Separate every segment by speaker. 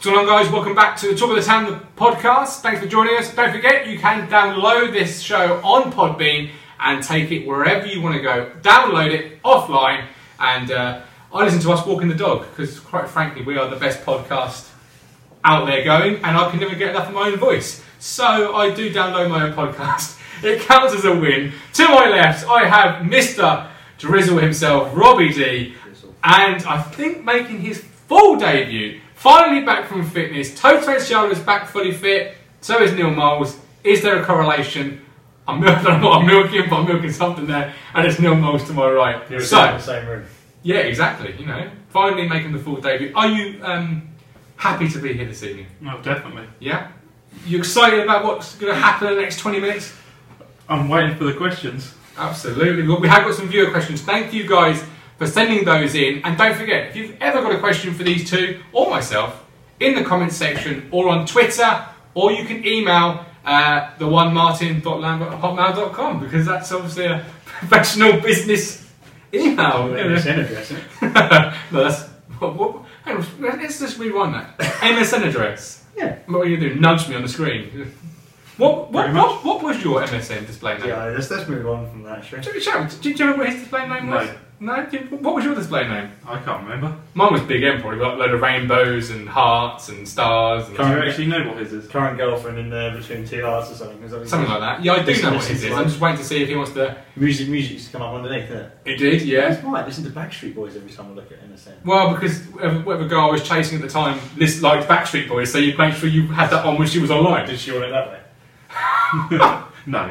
Speaker 1: So long, guys. Welcome back to the Top of the Town the podcast. Thanks for joining us. Don't forget, you can download this show on Podbean and take it wherever you want to go. Download it offline, and uh, I listen to us walking the dog because, quite frankly, we are the best podcast out there going, and I can never get enough of my own voice. So I do download my own podcast. It counts as a win. To my left, I have Mr. Drizzle himself, Robbie D, and I think making his full debut, finally back from fitness. Toto Shelder is back fully fit. So is Neil Moles. Is there a correlation? I'm milking, I don't know what I'm milking, but I'm milking something there, and it's Neil Moles to my right.
Speaker 2: You're
Speaker 1: so,
Speaker 2: in the same room.
Speaker 1: yeah, exactly. You know, finally making the full debut. Are you um, happy to be here this evening?
Speaker 3: No, definitely.
Speaker 1: Yeah. You excited about what's going to happen in the next 20 minutes?
Speaker 3: I'm waiting for the questions.
Speaker 1: Absolutely. Well, we have got some viewer questions. Thank you guys for sending those in. And don't forget, if you've ever got a question for these two or myself, in the comments section or on Twitter, or you can email uh, the one martin.lambert at hotmail.com because that's obviously a professional business email.
Speaker 2: We're in the same address, isn't it?
Speaker 1: no, that's. What, what, hang on, let's just rewind that. MSN address.
Speaker 2: Yeah.
Speaker 1: What are you doing? Nudge me on the screen. What what,
Speaker 2: Pretty
Speaker 1: what,
Speaker 2: much.
Speaker 1: what was your MSN display name?
Speaker 2: Yeah, let's, let's move on from that, shall we?
Speaker 1: Do you, Sharon, do you remember what his display name was? No. Do you- what was your display name?
Speaker 3: I can't remember.
Speaker 1: Mine was Big M, probably. Got a load of rainbows and hearts and stars and
Speaker 3: Do you actually know what his is?
Speaker 2: Current girlfriend in there between two hearts or something. Is that what you
Speaker 1: something
Speaker 2: said?
Speaker 1: like that. Yeah, I do
Speaker 2: Listen,
Speaker 1: know what
Speaker 2: listen
Speaker 1: his
Speaker 2: to
Speaker 1: is.
Speaker 2: mine.
Speaker 1: I'm just waiting to see if he wants to.
Speaker 2: Music, music's come up underneath it.
Speaker 1: He did, yeah.
Speaker 2: That's right. Listen to Backstreet Boys every time I look at MSN.
Speaker 1: Well, because whatever whatever girl I was chasing at the time list liked Backstreet Boys, so you make sure you had that on when she was online.
Speaker 2: Did she want it that way?
Speaker 3: No.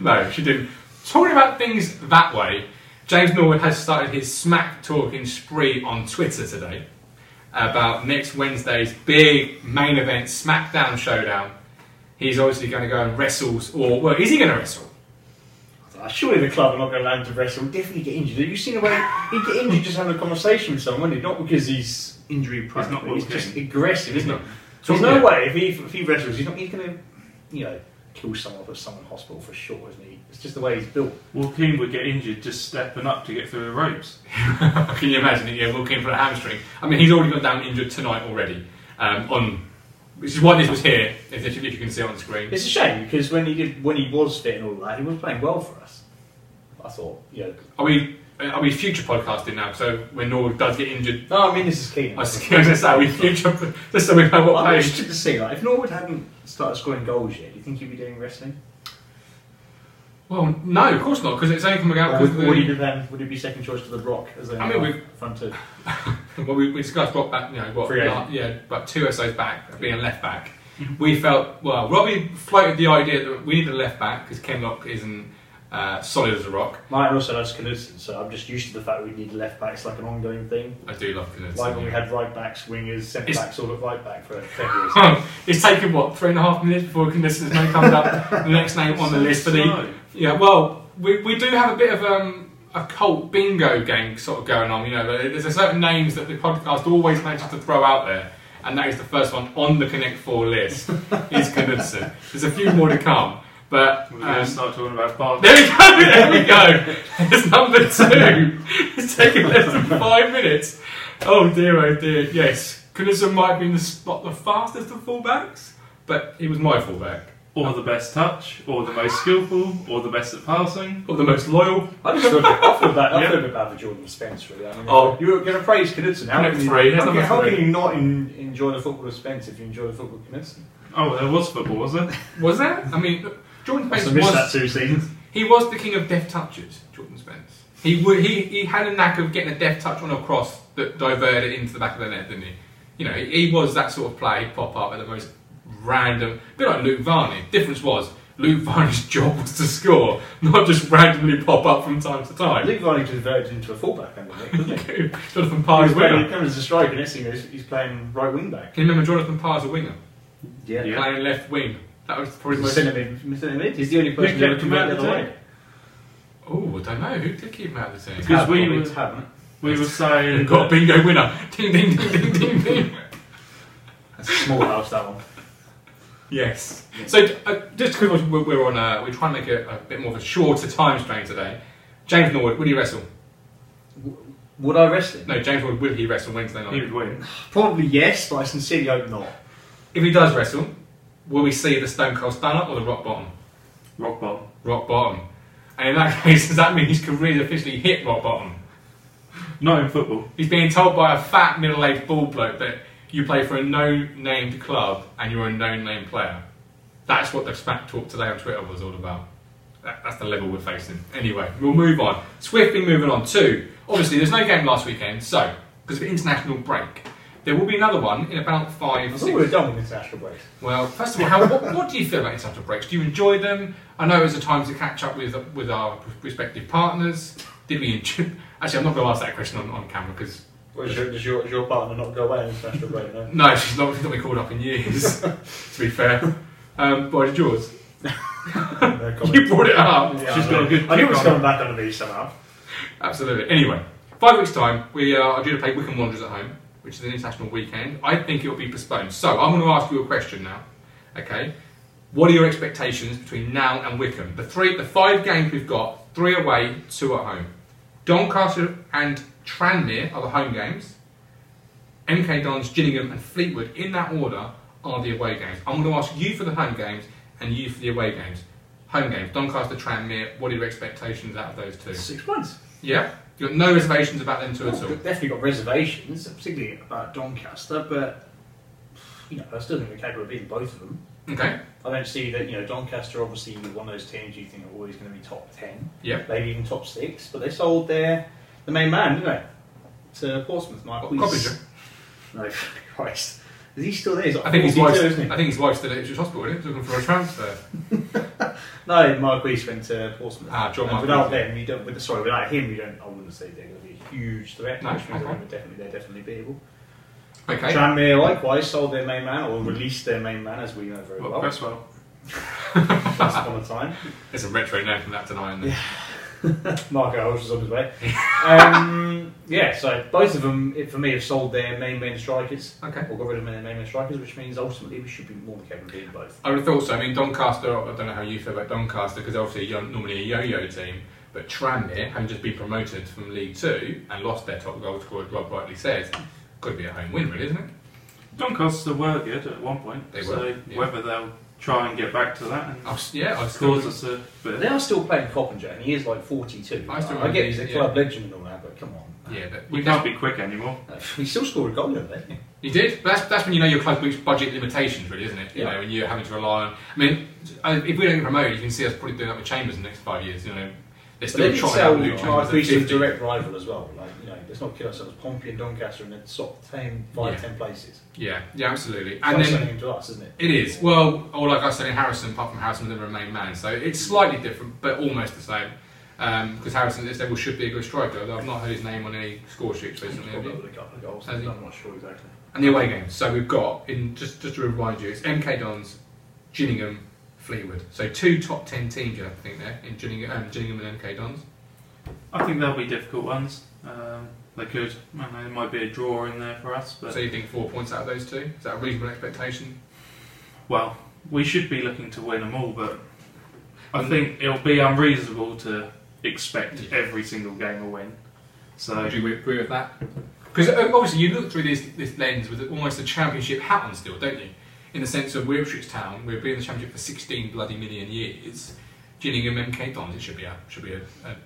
Speaker 1: No, she didn't. Talking about things that way, James Norwood has started his smack talking spree on Twitter today about next Wednesday's big main event, SmackDown Showdown. He's obviously going to go and wrestles, or well, is he going to wrestle?
Speaker 2: I was like, Uh, Surely the club are not going to allow him to wrestle. Definitely get injured. Have you seen the way he'd get injured just having a conversation with someone? wouldn't he? Not because he's injury prone.
Speaker 3: He's not
Speaker 2: but He's
Speaker 3: looking.
Speaker 2: just aggressive, isn't he?
Speaker 1: not.
Speaker 2: There's
Speaker 1: Yeah.
Speaker 2: no way if he if he wrestles, he's not. He's going to, you know, kill someone, put someone in hospital for sure, isn't he? It's just the way he's built.
Speaker 3: Joaquin would get injured just stepping up to get through the ropes.
Speaker 1: Can you imagine it? Yeah, Wilkin for a hamstring. I mean, he's already gone down injured tonight already. Um, on which is why this was here. If, if you can see it on the screen.
Speaker 2: It's a shame because when he did, when he was fit and all that, he was playing well for us. I thought, you know.
Speaker 1: Are we? Are we future podcasting now? So when Norwood does get injured,
Speaker 2: No, I mean this is Keenan.
Speaker 1: I was going to say are we future, just so we know what
Speaker 2: I'm
Speaker 1: page.
Speaker 2: interested to see, like, if Norwood hadn't started scoring goals yet, do you think he'd be doing wrestling?
Speaker 1: Well, no, of course not, because it's only coming out
Speaker 2: would,
Speaker 1: because
Speaker 2: would, he
Speaker 1: the,
Speaker 2: be then, would he be second choice to The Rock as their
Speaker 1: I mean, we-
Speaker 2: front two?
Speaker 1: well, we, we discussed what back, you know, what
Speaker 2: Free agent.
Speaker 1: la- yeah, but two SOs back being left back.
Speaker 2: Mm-hmm.
Speaker 1: We felt well. Robbie floated the idea that we need a left back because Kenlock isn't uh, solid as a rock.
Speaker 2: Mine also has Knudsen, so I'm just used to the fact we need left backs like an ongoing thing.
Speaker 1: I do love Knudsen.
Speaker 2: Like when we had right backs, wingers, centre
Speaker 1: It's-
Speaker 2: backs, all at right back for February.
Speaker 1: it's taken what three and a half minutes before Knudsen's name comes up. the next name on the list for the E-
Speaker 3: No.
Speaker 1: Yeah, well, we, we do have a bit of um, a cult bingo game sort of going on. You know, there- there's a certain names that the podcast always manages to throw out there, and that is the first one on the Connect Four list is Knudsen. There's a few more to come, but
Speaker 3: We're going to
Speaker 1: um,
Speaker 3: start talking about Bart.
Speaker 1: there we go. There we go. It's number two. It's taken less than five minutes. Oh dear, oh dear. Yes, Knudsen might be in the spot the fastest of fullbacks, but he was my fullback.
Speaker 3: Or the best touch, or the most skillful, or the best at passing.
Speaker 1: Or the most loyal.
Speaker 2: I just feel a bit, I feel bad, I feel
Speaker 3: Yeah.
Speaker 2: a bit bad for Jordan Spence, really. I mean,
Speaker 1: Oh.
Speaker 2: you were going to praise Knudsen. How
Speaker 1: Number
Speaker 2: can, you,
Speaker 1: three, that's
Speaker 2: how, can,
Speaker 1: number
Speaker 2: how
Speaker 1: three.
Speaker 2: can you not in, enjoy the football of Spence if you enjoy the football of Knudsen?
Speaker 3: Oh, there was football, was there?
Speaker 1: Was there? I mean, Jordan
Speaker 2: I
Speaker 1: Spence
Speaker 2: missed that
Speaker 1: was
Speaker 2: two seasons.
Speaker 1: he was the king of deft touches. Jordan Spence. He would he, he had a knack of getting a deft touch on a cross that diverted it into the back of the net, didn't he? You know, he, he was that sort of play pop up at the most random. A bit like Luke Varney. Difference was Luke Varney's job was to score, not just randomly pop up from time to time.
Speaker 2: Luke Varney converted into a fullback, I think, didn't he?
Speaker 1: Jonathan Parr's
Speaker 2: he's
Speaker 1: a
Speaker 2: playing, he
Speaker 1: winger.
Speaker 2: comes as a striker, next thing he's, he's playing right wing back.
Speaker 1: Can you remember Jonathan Parr's a winger
Speaker 2: Yeah.
Speaker 3: Yeah.
Speaker 1: playing left wing? That was probably the
Speaker 2: He's,
Speaker 1: most.
Speaker 2: a centre mid, centre mid. he's the only person who
Speaker 3: kept
Speaker 2: ever
Speaker 3: him out
Speaker 2: converted the
Speaker 3: of the
Speaker 2: other
Speaker 3: team?
Speaker 2: way.
Speaker 1: Oh, I don't know who did keep him out of the team.
Speaker 3: Because we
Speaker 2: Probably
Speaker 3: were-
Speaker 2: Tabman.
Speaker 3: We were saying.
Speaker 1: We've got a bingo winner. Ding ding ding ding ding ding.
Speaker 2: That's a small house, that one.
Speaker 1: Yes. So uh, just because we're, we're on, a, we're trying to make it a bit more of a shorter time strain today. James Norwood, would he wrestle?
Speaker 2: Would I wrestle him?
Speaker 1: No, James Ward, will he wrestle Wednesday
Speaker 3: He
Speaker 1: night?
Speaker 3: would win.
Speaker 2: Probably yes, but I sincerely hope not.
Speaker 1: If he does wrestle, will we see the Stone Cold Stunner or the Rock Bottom?
Speaker 3: Rock bottom.
Speaker 1: Rock Bottom. And in that case, does that mean his career officially hit Rock Bottom?
Speaker 3: Not in football.
Speaker 1: He's being told by a fat middle-aged bald bloke that you play for a no-named club and you're a no-name player. That's what the smack talk today on Twitter was all about. That, that's the level we're facing. Anyway, we'll move on. Swiftly moving on to obviously there's no game last weekend, so because of international break, there will be another one in about
Speaker 2: I
Speaker 1: five.
Speaker 2: thought we
Speaker 1: Six,
Speaker 2: were done with international breaks.
Speaker 1: well, first of all, how, what, what do you feel about international breaks? Do you enjoy them? I know it was a time to catch up with with our respective partners. Did we enjoy? Actually, I'm not going to ask that question on, on camera because
Speaker 2: Well, does, your, does, your, does your partner not go away on international break? No.
Speaker 1: No, she's not, she's not been called up in years, to be fair. Um, but it's yours.
Speaker 2: no comment.
Speaker 1: You brought it up.
Speaker 2: Yeah,
Speaker 3: She's
Speaker 2: I
Speaker 3: got
Speaker 2: know.
Speaker 3: a good
Speaker 2: I knew it
Speaker 3: kick
Speaker 2: was
Speaker 3: on.
Speaker 2: coming back under me somehow.
Speaker 1: Absolutely. Anyway, five weeks' time, we uh, are due to play Wickham Wanderers at home, which is an international weekend. I think it will be postponed. So I'm going to ask you a question now. Okay. What are your expectations between now and Wickham? The three, the five games we've got: three away, two at home. Doncaster and Tranmere are the home games. MK Dons, Gillingham, and Fleetwood, in that order, are the away games. I'm going to ask you for the home games and you for the away games. Home games: Doncaster, Tranmere. What are your expectations out of those two?
Speaker 2: Six points.
Speaker 1: Yeah, you got no reservations about them two
Speaker 2: Well,
Speaker 1: at all.
Speaker 2: I've definitely got reservations, particularly about Doncaster, but you know, I still think we're capable of beating both of them.
Speaker 1: Okay,
Speaker 2: I don't see that, you know, Doncaster obviously one of those teams you think are always going to be top 10,
Speaker 1: yeah.
Speaker 2: maybe even top 6, but they sold their the main man, didn't they? To Portsmouth, Michael.
Speaker 1: Well,
Speaker 2: He's-
Speaker 1: Coventry.
Speaker 2: No, Christ. Is he still there? He's like
Speaker 1: I think his
Speaker 2: 42,
Speaker 1: wife's.
Speaker 2: isn't
Speaker 1: I
Speaker 2: he?
Speaker 1: think his wife's still at Ipswich Hospital. Isn't it? Looking for a transfer.
Speaker 2: No, Marquise went to Portsmouth.
Speaker 1: Ah, John
Speaker 2: And Without
Speaker 1: Marquise.
Speaker 2: them, you don't. With, sorry, without him, you don't. I wouldn't say they're going to be a huge threat.
Speaker 1: No,
Speaker 2: which means
Speaker 1: okay.
Speaker 2: they're definitely they're definitely beatable.
Speaker 1: Okay.
Speaker 2: Tranmere likewise sold their main man or released their main man, as we know very
Speaker 3: Well,
Speaker 2: well. Once
Speaker 3: that's well.
Speaker 2: upon a time,
Speaker 1: There's a retro name from that tonight. Isn't there?
Speaker 2: Marco Holmes was on his way. um, yeah, so both of them, it, for me, have sold their main men strikers
Speaker 1: Okay.
Speaker 2: or got rid of their main men strikers, which means ultimately we should be more than capable of beating both.
Speaker 1: I would have thought so. I mean, Doncaster. I don't know how you feel about Doncaster because obviously you're normally a yo-yo team. But Tranmere, having just been promoted from League Two and lost their top goal scorer, as Rob rightly says, could be a home win, really, isn't it?
Speaker 3: Doncaster were good at one point.
Speaker 1: They
Speaker 3: so
Speaker 1: were, yeah.
Speaker 3: whether they'll try and get back to that and
Speaker 1: I've, s- yeah, I've still.
Speaker 3: cause us a
Speaker 2: But
Speaker 3: bit.
Speaker 2: they are still playing Coppinger, and he is like 42.
Speaker 1: I still
Speaker 2: I get
Speaker 1: remember
Speaker 2: he's a
Speaker 1: these,
Speaker 2: club legend and all that, but come on.
Speaker 1: Yeah, but
Speaker 3: We can't be quick anymore.
Speaker 2: He still scored a goal the other day.
Speaker 1: You did. But that's, that's when you know your club's reached budget limitations, really, isn't it? You
Speaker 2: Yeah.
Speaker 1: know, when you're having to rely on. I mean, I- if we don't get promoted, you can see us probably doing that with Chambers in the next five years. You know, they're
Speaker 2: But they
Speaker 1: still
Speaker 2: did
Speaker 1: trying to
Speaker 2: sell
Speaker 1: outdo Chambers at
Speaker 2: Marquise to a
Speaker 1: 50.
Speaker 2: direct rival as well. Like, you know, let's not kill ourselves. Pompey and Doncaster in the top 10, 5,
Speaker 1: Yeah.
Speaker 2: 10 places.
Speaker 1: Yeah, yeah, absolutely.
Speaker 2: And
Speaker 1: And
Speaker 2: That's
Speaker 1: then
Speaker 2: something to us, isn't it?
Speaker 1: it is well, or like I said in Harrison, apart from Harrison, was never a main man, so it's slightly different, but almost the same. Because Harrison at this level should be a good striker. although I've not heard his name on any score sheets recently. have
Speaker 2: Probably
Speaker 1: you?
Speaker 2: with a couple of goals.
Speaker 1: Has
Speaker 2: I'm
Speaker 1: he?
Speaker 2: not sure exactly.
Speaker 1: And the away games. So we've got in just just to remind you, it's MK Dons, Gillingham, Fleetwood. So two top ten teams you have to think there in Gillingham, um, Gillingham and MK Dons.
Speaker 3: I think they'll be difficult ones. Um, they could. I don't know, there might be a draw in there for us, but
Speaker 1: So you think four points out of those two? Is that a reasonable expectation?
Speaker 3: well, we should be looking to win them all.
Speaker 1: Mm.
Speaker 3: But I think it'll be unreasonable to expect
Speaker 1: Yeah.
Speaker 3: every single game a win. So
Speaker 1: Would you agree with that? Because obviously you look through this this lens with almost a championship hat on still, don't you? In the sense of we're Ipswich Town, we've been in the championship for 16 bloody million years. Gillingham, MK Dons, it should be a should be a, a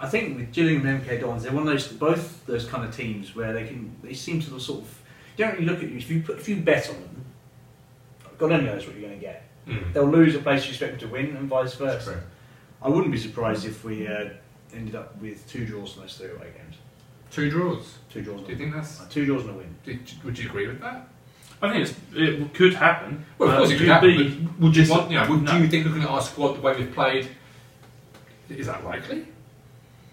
Speaker 2: I think with Gillingham and MK Dons, they're one of those both those kind of teams where they can they seem to sort of you don't really look at you if you put if you bet on them, God only knows what you're going to get.
Speaker 1: mm,
Speaker 2: They'll lose a place you expect them to win and vice
Speaker 1: that's
Speaker 2: versa.
Speaker 1: true.
Speaker 2: I wouldn't be surprised if we uh, ended up with two draws from those three away games.
Speaker 1: two draws.
Speaker 2: Two draws.
Speaker 1: Do
Speaker 2: And
Speaker 1: you
Speaker 2: a,
Speaker 1: think that's?
Speaker 2: uh, two draws and a win.
Speaker 1: do- Would you agree with that?
Speaker 3: I think it's, it could happen.
Speaker 1: Well, of
Speaker 3: but
Speaker 1: course it could
Speaker 3: you'd
Speaker 1: happen.
Speaker 3: be-
Speaker 1: but would you
Speaker 3: dis-
Speaker 1: want? You know, would
Speaker 3: No.
Speaker 1: you think looking at our squad the way we've played, is that likely?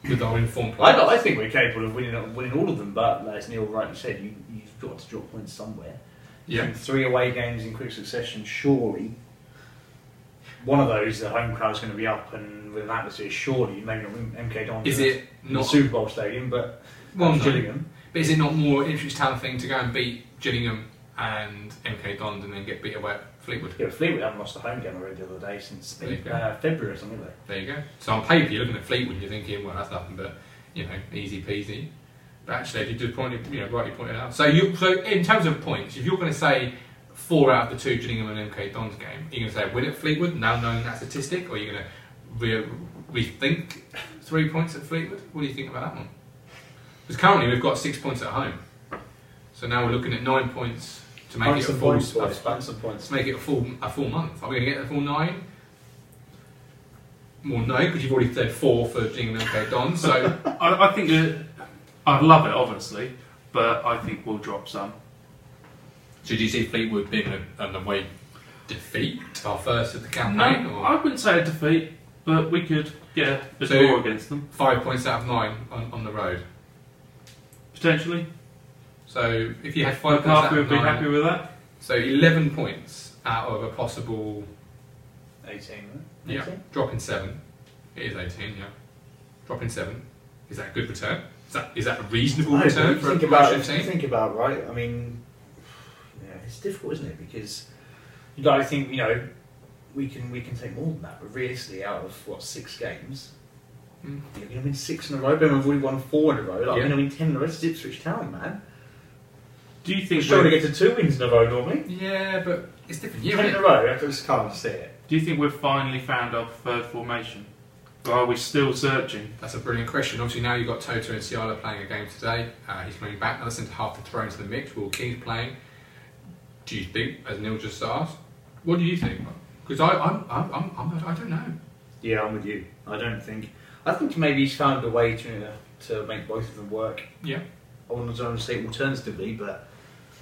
Speaker 1: With our informed
Speaker 2: I,
Speaker 1: players,
Speaker 2: don't- I think we're capable of winning winning all of them, but as Neil rightly said, you, you've got to draw points somewhere.
Speaker 1: yeah.
Speaker 2: And three away games in quick succession, surely. One of those, the home crowd's going to be up, and with an atmosphere, surely, maybe not with MK Dons.
Speaker 1: Is it
Speaker 2: in the
Speaker 1: not?
Speaker 2: Super Bowl stadium, but
Speaker 1: Well, no.
Speaker 2: Gillingham.
Speaker 1: But is it not more Ipswich Town thing to go and beat Gillingham and MK Dons and then get beat away at Fleetwood?
Speaker 2: Yeah, Fleetwood haven't lost a home game already the other day since
Speaker 1: There you go.
Speaker 2: uh, February or something, have they?
Speaker 1: There you go. So on paper, you're looking at Fleetwood, and you're thinking, well, that's nothing. But you know, easy peasy. But actually, if you do point, you know, rightly pointed out. So you, so in terms of points, if you're going to say four out of the two Gillingham and MK Dons game, are you going to say win at Fleetwood now knowing that statistic, or are you going to re- rethink three points at Fleetwood? What do you think about that one? Because currently we've got six points at home, so now we're looking at nine points to make
Speaker 4: Bonus
Speaker 1: it a
Speaker 4: some
Speaker 1: full.
Speaker 4: points, boys. Bonus some points.
Speaker 1: Let's make it a full a full month. Are we going to get the full nine? Well, no, because you've already said four for Jingle and K Don. So
Speaker 3: I, I think it, I'd love it, obviously, but I think we'll drop some.
Speaker 1: should you see Fleetwood being an, an away defeat, our first of the
Speaker 3: No,
Speaker 1: campaign,
Speaker 3: Um, I
Speaker 1: or
Speaker 3: wouldn't say a defeat, but we could get a
Speaker 1: So-
Speaker 3: draw against them
Speaker 1: five points out of nine on, on the road?
Speaker 3: potentially.
Speaker 1: So if you had five points out
Speaker 3: Lukaku
Speaker 1: of
Speaker 3: would be
Speaker 1: nine,
Speaker 3: happy with that.
Speaker 1: so eleven points out of a possible
Speaker 2: 18.
Speaker 1: yeah dropping seven. It is eighteen, yeah. Dropping seven. Is that a good return? Is that is that a reasonable
Speaker 2: I
Speaker 1: return
Speaker 2: don't
Speaker 1: for a
Speaker 4: Think about
Speaker 1: promotion
Speaker 4: it.
Speaker 1: team?
Speaker 4: Think about right. I mean,
Speaker 2: Yeah, it's difficult, isn't it? Because you guys think you know we can we can take more than that, but realistically, out of what six games,
Speaker 1: Mm.
Speaker 2: you're going to win six in a row. Birmingham have already won four in a row. Like,
Speaker 1: Yeah.
Speaker 2: I'm going to win ten in a row. It's Ipswich Town, man.
Speaker 3: Do you
Speaker 2: We're
Speaker 3: think
Speaker 2: struggling
Speaker 3: we're,
Speaker 2: to get to two wins in a row normally.
Speaker 1: Yeah, but it's different. Yeah,
Speaker 2: ten in a row. I just can't see it.
Speaker 3: do you think we've finally found our third formation? Or are we still searching?
Speaker 1: That's a brilliant question. Obviously, now you've got Toto and Ciala playing a game today. Uh, he's coming back. Now listen to half the throw into the mix. Will King's playing. Do you think, as Neil just asked, what do you think? Because I, I'm, I'm, I'm, I'm, I don't know.
Speaker 2: Yeah, I'm with you. I don't think. I think maybe he's found a way to to make both of them work.
Speaker 1: Yeah.
Speaker 2: I wouldn't want to say alternatively, but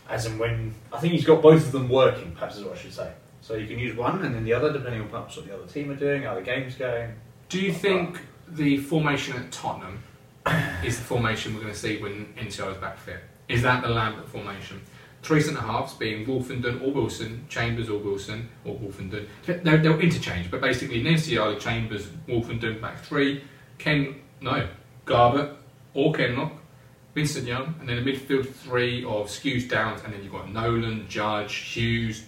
Speaker 2: as and when I think he's got both of them working. Perhaps is what I should say. So you can use one and then the other, depending on perhaps what the other team are doing, how the game's going.
Speaker 1: Do you think the formation at Tottenham is the formation we're going to see when Inciala's back fit? Is that the Lambert formation? Three centre halves being Wolfenden or Wilson, Chambers or Wilson or Wolfenden. They'll, they'll interchange, but basically Inciala, Chambers, Wolfenden back three, Ken no Garbutt or Kenlock, Vincent Young, and then a midfield three of Skews Downs, and then you've got Nolan, Judge, Hughes,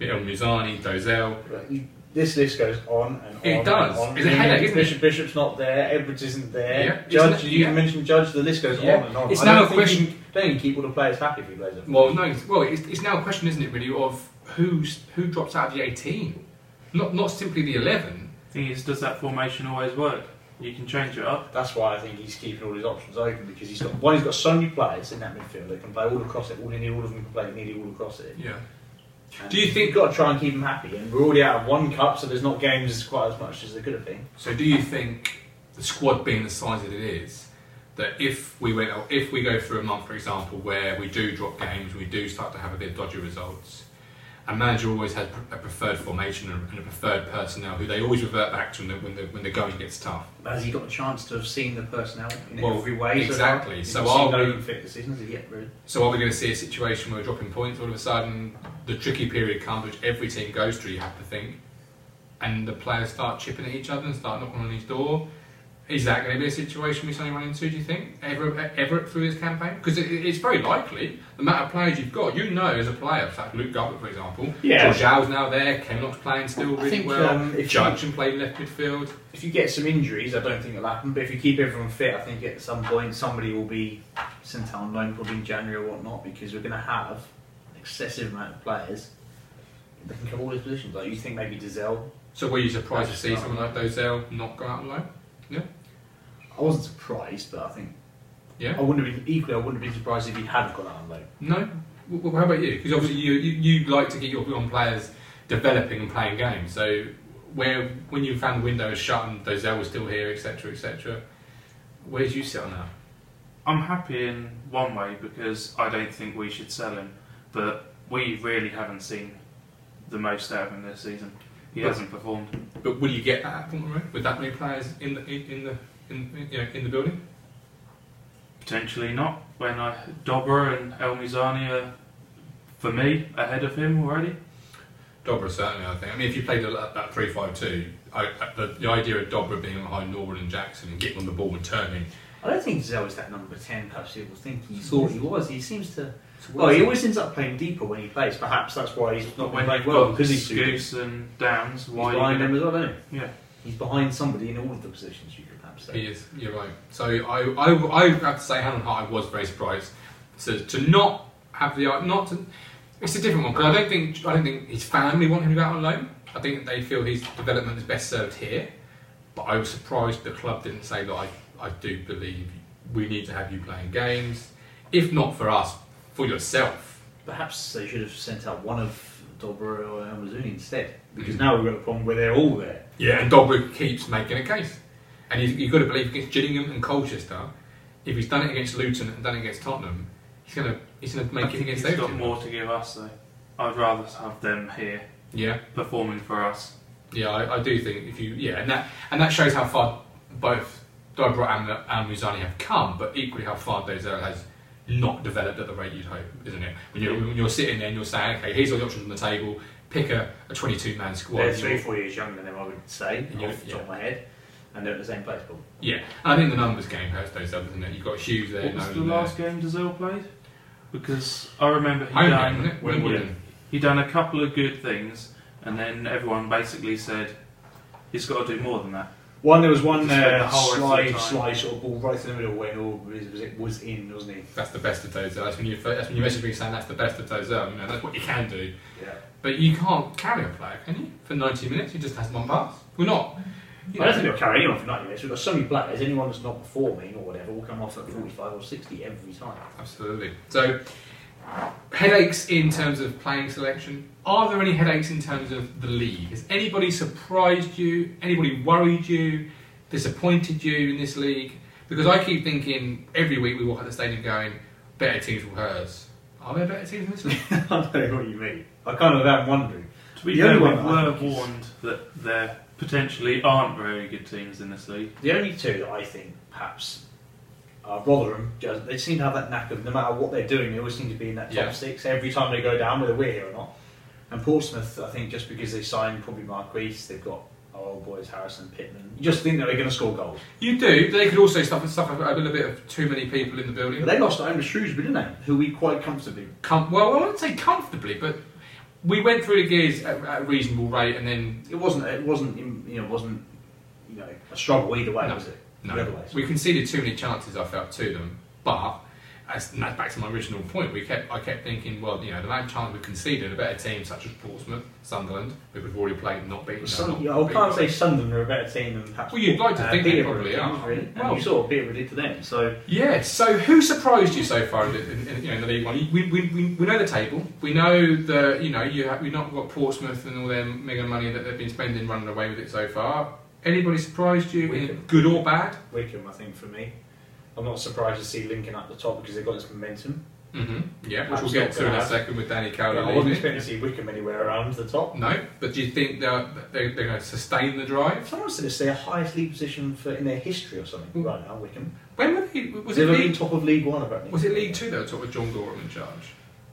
Speaker 1: El Muzani, Dozell.
Speaker 2: Right, you- This list goes on and on.
Speaker 1: It does.
Speaker 2: And on.
Speaker 1: It's a headache, isn't it?
Speaker 2: Bishop Bishop's not there. Edwards isn't there.
Speaker 1: Yeah, it's
Speaker 2: Judge,
Speaker 1: not-
Speaker 2: you
Speaker 1: yeah.
Speaker 2: mentioned Judge. The list goes
Speaker 1: Yeah.
Speaker 2: on and on.
Speaker 1: It's
Speaker 2: I
Speaker 1: now
Speaker 2: don't
Speaker 1: a
Speaker 2: think
Speaker 1: question-
Speaker 2: You, don't think you keep all the players happy if he plays it.
Speaker 1: Well, no. Well, it's, it's now a question, isn't it? Really, of who's who drops out of the eighteen, not not simply the eleven.
Speaker 3: Thing is, does that formation always work? You can change it up.
Speaker 2: That's why I think he's keeping all his options open because he's got one. He's got so many players in that midfield that can play all across it. All nearly all of them can play nearly all across it.
Speaker 1: Yeah.
Speaker 2: And
Speaker 1: Do you think-
Speaker 2: you've got to try and keep them happy? And we're already out of one cup, so there's not games quite as much as there could have been.
Speaker 1: So, do you think the squad being the size that it is, that if we went, if we go through a month, for example, where we do drop games, we do start to have a bit dodgy results. A manager always has a preferred formation and a preferred personnel who they always revert back to when the, when the, when the going gets tough.
Speaker 2: But has he got a chance to have seen the personnel in
Speaker 1: Well,
Speaker 2: every way?
Speaker 1: exactly. So
Speaker 2: So,
Speaker 1: are
Speaker 2: so
Speaker 1: we-
Speaker 2: are we fit this season? Has he yet really?
Speaker 1: So are we going to see a situation where we're dropping points all of a sudden? The tricky period comes, which every team goes through. You have to think, and the players start chipping at each other and start knocking on his door. Is that going to be a situation we suddenly run into? Do you think ever ever through this campaign? Because it, it's very likely. The amount of players you've got, you know, as a player, like Luke Garbutt, for example.
Speaker 2: Yeah.
Speaker 1: Jorginho's now there. Kenlock's playing still
Speaker 2: I
Speaker 1: really
Speaker 2: think,
Speaker 1: well.
Speaker 2: um, if
Speaker 1: Judge and playing left midfield.
Speaker 2: If you get some injuries, I don't think it'll happen. But if you keep everyone fit, I think at some point somebody will be sent out on loan, probably in January or whatnot, because we're going to have an excessive amount of players that can cover all those positions. Like you think maybe Dizel.
Speaker 1: So were you surprised to
Speaker 2: That's
Speaker 1: see
Speaker 2: fine.
Speaker 1: someone like Dozell not go out on loan?
Speaker 2: I wasn't surprised, but I think
Speaker 1: Yeah.
Speaker 2: I wouldn't have been equally. I wouldn't have been surprised if he hadn't gone out on loan.
Speaker 1: No. Well, how about you? Because obviously you, you you like to get your young players developing and playing games. So where when you found the window was shut and Dozell was still here, etc., etc. Where do you sit on that?
Speaker 3: I'm happy in one way because I don't think we should sell him, but we really haven't seen the most out of him this season. He
Speaker 1: But-
Speaker 3: hasn't performed.
Speaker 1: But will you get that at Portman Road with that many players in the in, in the in, in, you know, in the building?
Speaker 3: Potentially not. When I Dobra and El Mizani are, for me, ahead of him already.
Speaker 1: Dobra certainly, I think. I mean, if you played a, lot- that three-five-two, the, the idea of Dobra being behind Norwood and Jackson and getting on the ball and turning.
Speaker 2: I don't think Dizel is that number ten. Perhaps people think he thought he was. He seems to.
Speaker 1: So
Speaker 2: Well, Oh, he always ends up playing deeper when he plays. Perhaps that's why he's not been
Speaker 3: when
Speaker 2: playing
Speaker 3: you've
Speaker 2: well
Speaker 3: got
Speaker 2: because he's too deep.
Speaker 3: Goose and Downs,
Speaker 2: He's
Speaker 3: why are you
Speaker 2: behind
Speaker 3: gonna-
Speaker 2: them as well, isn't
Speaker 3: Yeah.
Speaker 2: he? He's behind somebody in all of the positions you could have. Ham. So.
Speaker 1: He is. You're right. So I, I, I have to say, hand on heart, I was very surprised to, to not have the not to. It's a different one because I don't think I don't think his family want him to go out on loan. I think they feel his development is best served here. But I was surprised the club didn't say that. I, I do believe we need to have you playing games, if not for us, for yourself.
Speaker 2: Perhaps they should have sent out one of Dobro or Amazuni instead, because
Speaker 3: Mm.
Speaker 2: now we've got a problem where they're all there.
Speaker 1: Yeah. And Dobrik keeps making a case, and you, you've got to believe against Gillingham and Colchester. If he's done it against Luton and done it against Tottenham, he's gonna he's gonna
Speaker 3: I
Speaker 1: make it
Speaker 3: think
Speaker 1: against
Speaker 3: he's got
Speaker 1: Everton.
Speaker 3: more to give us though. I'd rather have them here
Speaker 1: Yeah,
Speaker 3: performing for us.
Speaker 1: yeah, I, I do think if you yeah, and that and that shows how far both Dobro and, and Muzani have come, but equally how far Dozer has not developed at the rate you'd hope, isn't it? When you're, when you're sitting there and you're saying, okay, here's all the options on the table, pick a, a 22 man squad.
Speaker 2: they're
Speaker 1: and
Speaker 2: three,
Speaker 1: you're-
Speaker 2: four years younger than them, I would say, off the
Speaker 1: Yeah,
Speaker 2: top
Speaker 1: yeah.
Speaker 2: of my head, and they're at the same place. But
Speaker 1: yeah, and I think the numbers game hurts Dozer, doesn't it? You've got Hughes there,
Speaker 3: What was the
Speaker 1: Nolan there.
Speaker 3: last game Dazelle played? Because I remember he
Speaker 1: Home
Speaker 3: done
Speaker 1: game, isn't it? Wimbledon.
Speaker 3: he done a couple of good things, and then everyone basically said he's got to do more than that.
Speaker 2: one, there was one
Speaker 3: Just spent the
Speaker 2: uh,
Speaker 3: whole rest of
Speaker 2: sly,
Speaker 3: the time.
Speaker 2: sly sort of ball right in the middle when all was, was it was in, wasn't he?
Speaker 1: That's the best of Dozer. That's when you that's when you message me saying that's the best of Dozer. You know, that's what you can do.
Speaker 2: Yeah.
Speaker 1: But you can't carry a player, can you? For 90 minutes, he just has one pass. We're not. you
Speaker 2: I
Speaker 1: know.
Speaker 2: don't think we'll carry anyone for 90 minutes. We've got so many players, anyone that's not performing or whatever will come off at 45 or 60 every time.
Speaker 1: Absolutely. So, headaches in terms of playing selection. Are there any headaches in terms of the league? Has anybody surprised you? Anybody worried you? Disappointed you in this league? Because I keep thinking every week we walk out the stadium going, better teams will hurt us. Are there better teams in this league?
Speaker 2: I don't know what you mean. I kind of am wondering.
Speaker 3: To be
Speaker 2: The
Speaker 3: fair,
Speaker 2: only
Speaker 3: we
Speaker 2: one that I
Speaker 3: were
Speaker 2: think is-
Speaker 3: warned that there potentially aren't very good teams in this league.
Speaker 2: The only two that I think perhaps are Rotherham. Just, they seem to have that knack of no matter what they're doing, they always seem to be in that top
Speaker 1: Yeah.
Speaker 2: six every time they go down, whether we're here or not. And Portsmouth, I think, just because they signed probably Marquise, they've got our old boys Harrison Pittman. You just think that they're going to score goals.
Speaker 1: you do. They could also suffer, suffer a little bit of too many people in the building.
Speaker 2: But they lost at home to Shrewsbury, didn't they? Who we quite comfortably.
Speaker 1: Com- well, I wouldn't say comfortably, but we went through the gears at, at a reasonable rate and then
Speaker 2: It wasn't. It wasn't. in- You know, it wasn't. You know, a struggle either way,
Speaker 1: No.
Speaker 2: was it? The other
Speaker 1: No,
Speaker 2: way.
Speaker 1: we conceded too many chances. I felt to them, but as, and that's back to my original point. We kept, I kept thinking, well, you know, the amount of chances we conceded, a better team such as Portsmouth, Sunderland, who we've already played, and not beaten.
Speaker 2: Sun-
Speaker 1: not
Speaker 2: yeah, I can't say
Speaker 1: beaten.
Speaker 2: Sunderland are a better team than perhaps. uh,
Speaker 1: Well, you'd like to think they
Speaker 2: Peterborough
Speaker 1: probably
Speaker 2: did,
Speaker 1: are.
Speaker 2: Really. And
Speaker 1: Well-
Speaker 2: you saw what Peterborough did to them, so
Speaker 1: Yeah. So, who surprised you so far in, in, in, you know, in the league one? You- We, we, we, we know the table. We know the you know you have, we've not got Portsmouth and all their mega money that they've been spending running away with it so far. Anybody surprised you, in
Speaker 2: Wigan.
Speaker 1: good or bad?
Speaker 2: Wickham, I think, for me. I'm not surprised to see Lincoln up the top because they've got this momentum.
Speaker 1: hmm Yeah, which we'll
Speaker 2: That's
Speaker 1: get
Speaker 2: not
Speaker 1: to in a
Speaker 2: bad.
Speaker 1: second with Danny
Speaker 2: I
Speaker 1: Cowley.
Speaker 2: wasn't
Speaker 1: leaving.
Speaker 2: expecting to see Wickham anywhere around the top.
Speaker 1: No, but do you think they're, they're, they're going to sustain the drive?
Speaker 2: Someone said it's their highest league position for in their history or something right now, Wickham.
Speaker 1: When were they, was
Speaker 2: They're
Speaker 1: it
Speaker 2: really
Speaker 1: League
Speaker 2: top of League One, apparently.
Speaker 1: was it League Two though? Talk with John Gorham in charge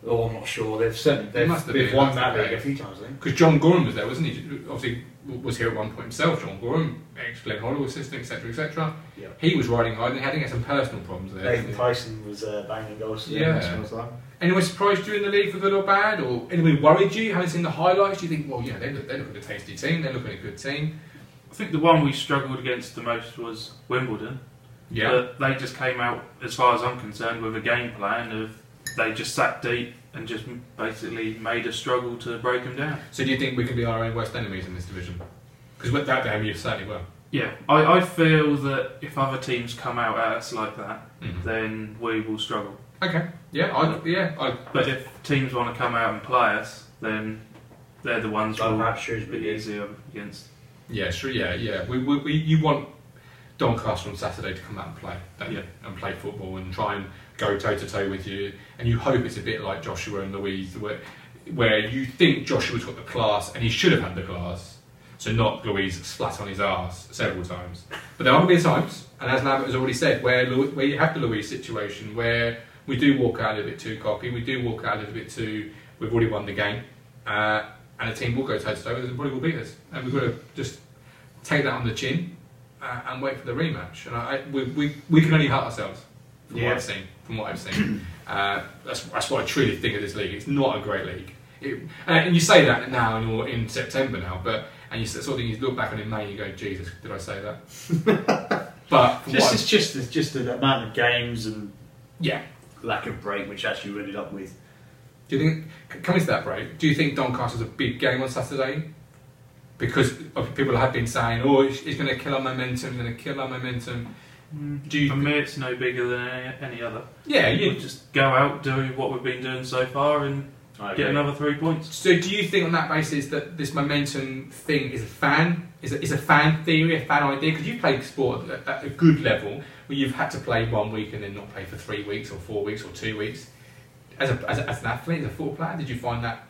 Speaker 2: Oh, I'm not sure. They've certainly
Speaker 1: They
Speaker 2: they've,
Speaker 1: must have
Speaker 2: they've
Speaker 1: been,
Speaker 2: won
Speaker 1: must have
Speaker 2: that league
Speaker 1: been.
Speaker 2: a few times, I think.
Speaker 1: because John Gorham was there, wasn't he? Obviously w- was here at one point himself. John Gorham, ex Glenn Hoddle assistant, etc., etc.
Speaker 2: Yeah.
Speaker 1: He was riding high, and he had, I think had some personal problems there. didn't
Speaker 2: Nathan
Speaker 1: he?
Speaker 2: Tyson was uh, banging goals. for them
Speaker 1: Yeah.
Speaker 2: once upon a time.
Speaker 1: Anyone surprised you in the league for good or bad, or anybody worried you? Having seen the highlights, do you think, well, you know, they look, they look like a tasty team. They look like a good team.
Speaker 3: I think the one we struggled against the most was Wimbledon. But they just came out, as far as I'm concerned, with a game plan of they just sat deep and just basically made a struggle to break them down.
Speaker 1: So do you think we can be our own worst enemies in this division? Because with that day, we certainly were.
Speaker 3: Yeah, I, I feel that if other teams come out at us like that, then we will struggle.
Speaker 1: Mm-hmm. Okay. Yeah. I, yeah. I,
Speaker 3: But if teams want to come out and play us, then they're the ones
Speaker 2: Like
Speaker 3: who will
Speaker 2: perhaps
Speaker 3: be
Speaker 2: Shrewsbury did.
Speaker 3: easier against.
Speaker 1: Yeah, sure. Yeah, yeah. We, we, we you want Doncaster on Saturday to come out and play, don't you?
Speaker 3: Yeah.
Speaker 1: And play football and try and go toe to toe with you. And you hope it's a bit like Joshua and Louise, where, where you think Joshua's got the class and he should have had the class. So not Louise flat on his ass several times. But there are going to be times, and as Lambert has already said, where Lu- where you have the Louise situation where we do walk out a little bit too cocky, we do walk out a little bit too. We've already won the game. Uh, and a team will go toe to toe with us and probably will beat us. And we've got to just take that on the chin uh, and wait for the rematch. And I, I, we, we, we can only hurt ourselves from
Speaker 2: Yeah.
Speaker 1: what I've seen. From what I've seen, uh, that's, that's what I truly think of this league. It's not a great league. It, and you say that now in, all- in September now, but and you sort of thing, you look back on it in May and you go, Jesus, did I say that? But for
Speaker 2: Just
Speaker 1: what-
Speaker 2: it's just it's just the amount of games and
Speaker 1: yeah.
Speaker 2: lack of break, which actually ended up with.
Speaker 1: Do you think c- coming to that break? Do you think Doncaster's a big game on Saturday? Because of people have been saying, "Oh, it's, it's going to kill our momentum. It's going to kill our momentum." Do you?
Speaker 3: For me, it's no bigger than any, any other.
Speaker 1: yeah, you,
Speaker 3: We'll just go out, do what we've been doing so far, and
Speaker 2: I
Speaker 3: get
Speaker 2: agree.
Speaker 3: another three points.
Speaker 1: So, do you think on that basis that this momentum thing is a fan is a, is a fan theory, a fan idea? Because you played sport at, at a good level, where you've had to play one week and then not play for three weeks or four weeks or two weeks. As, a, as, a, as an athlete, as a football player, did you find that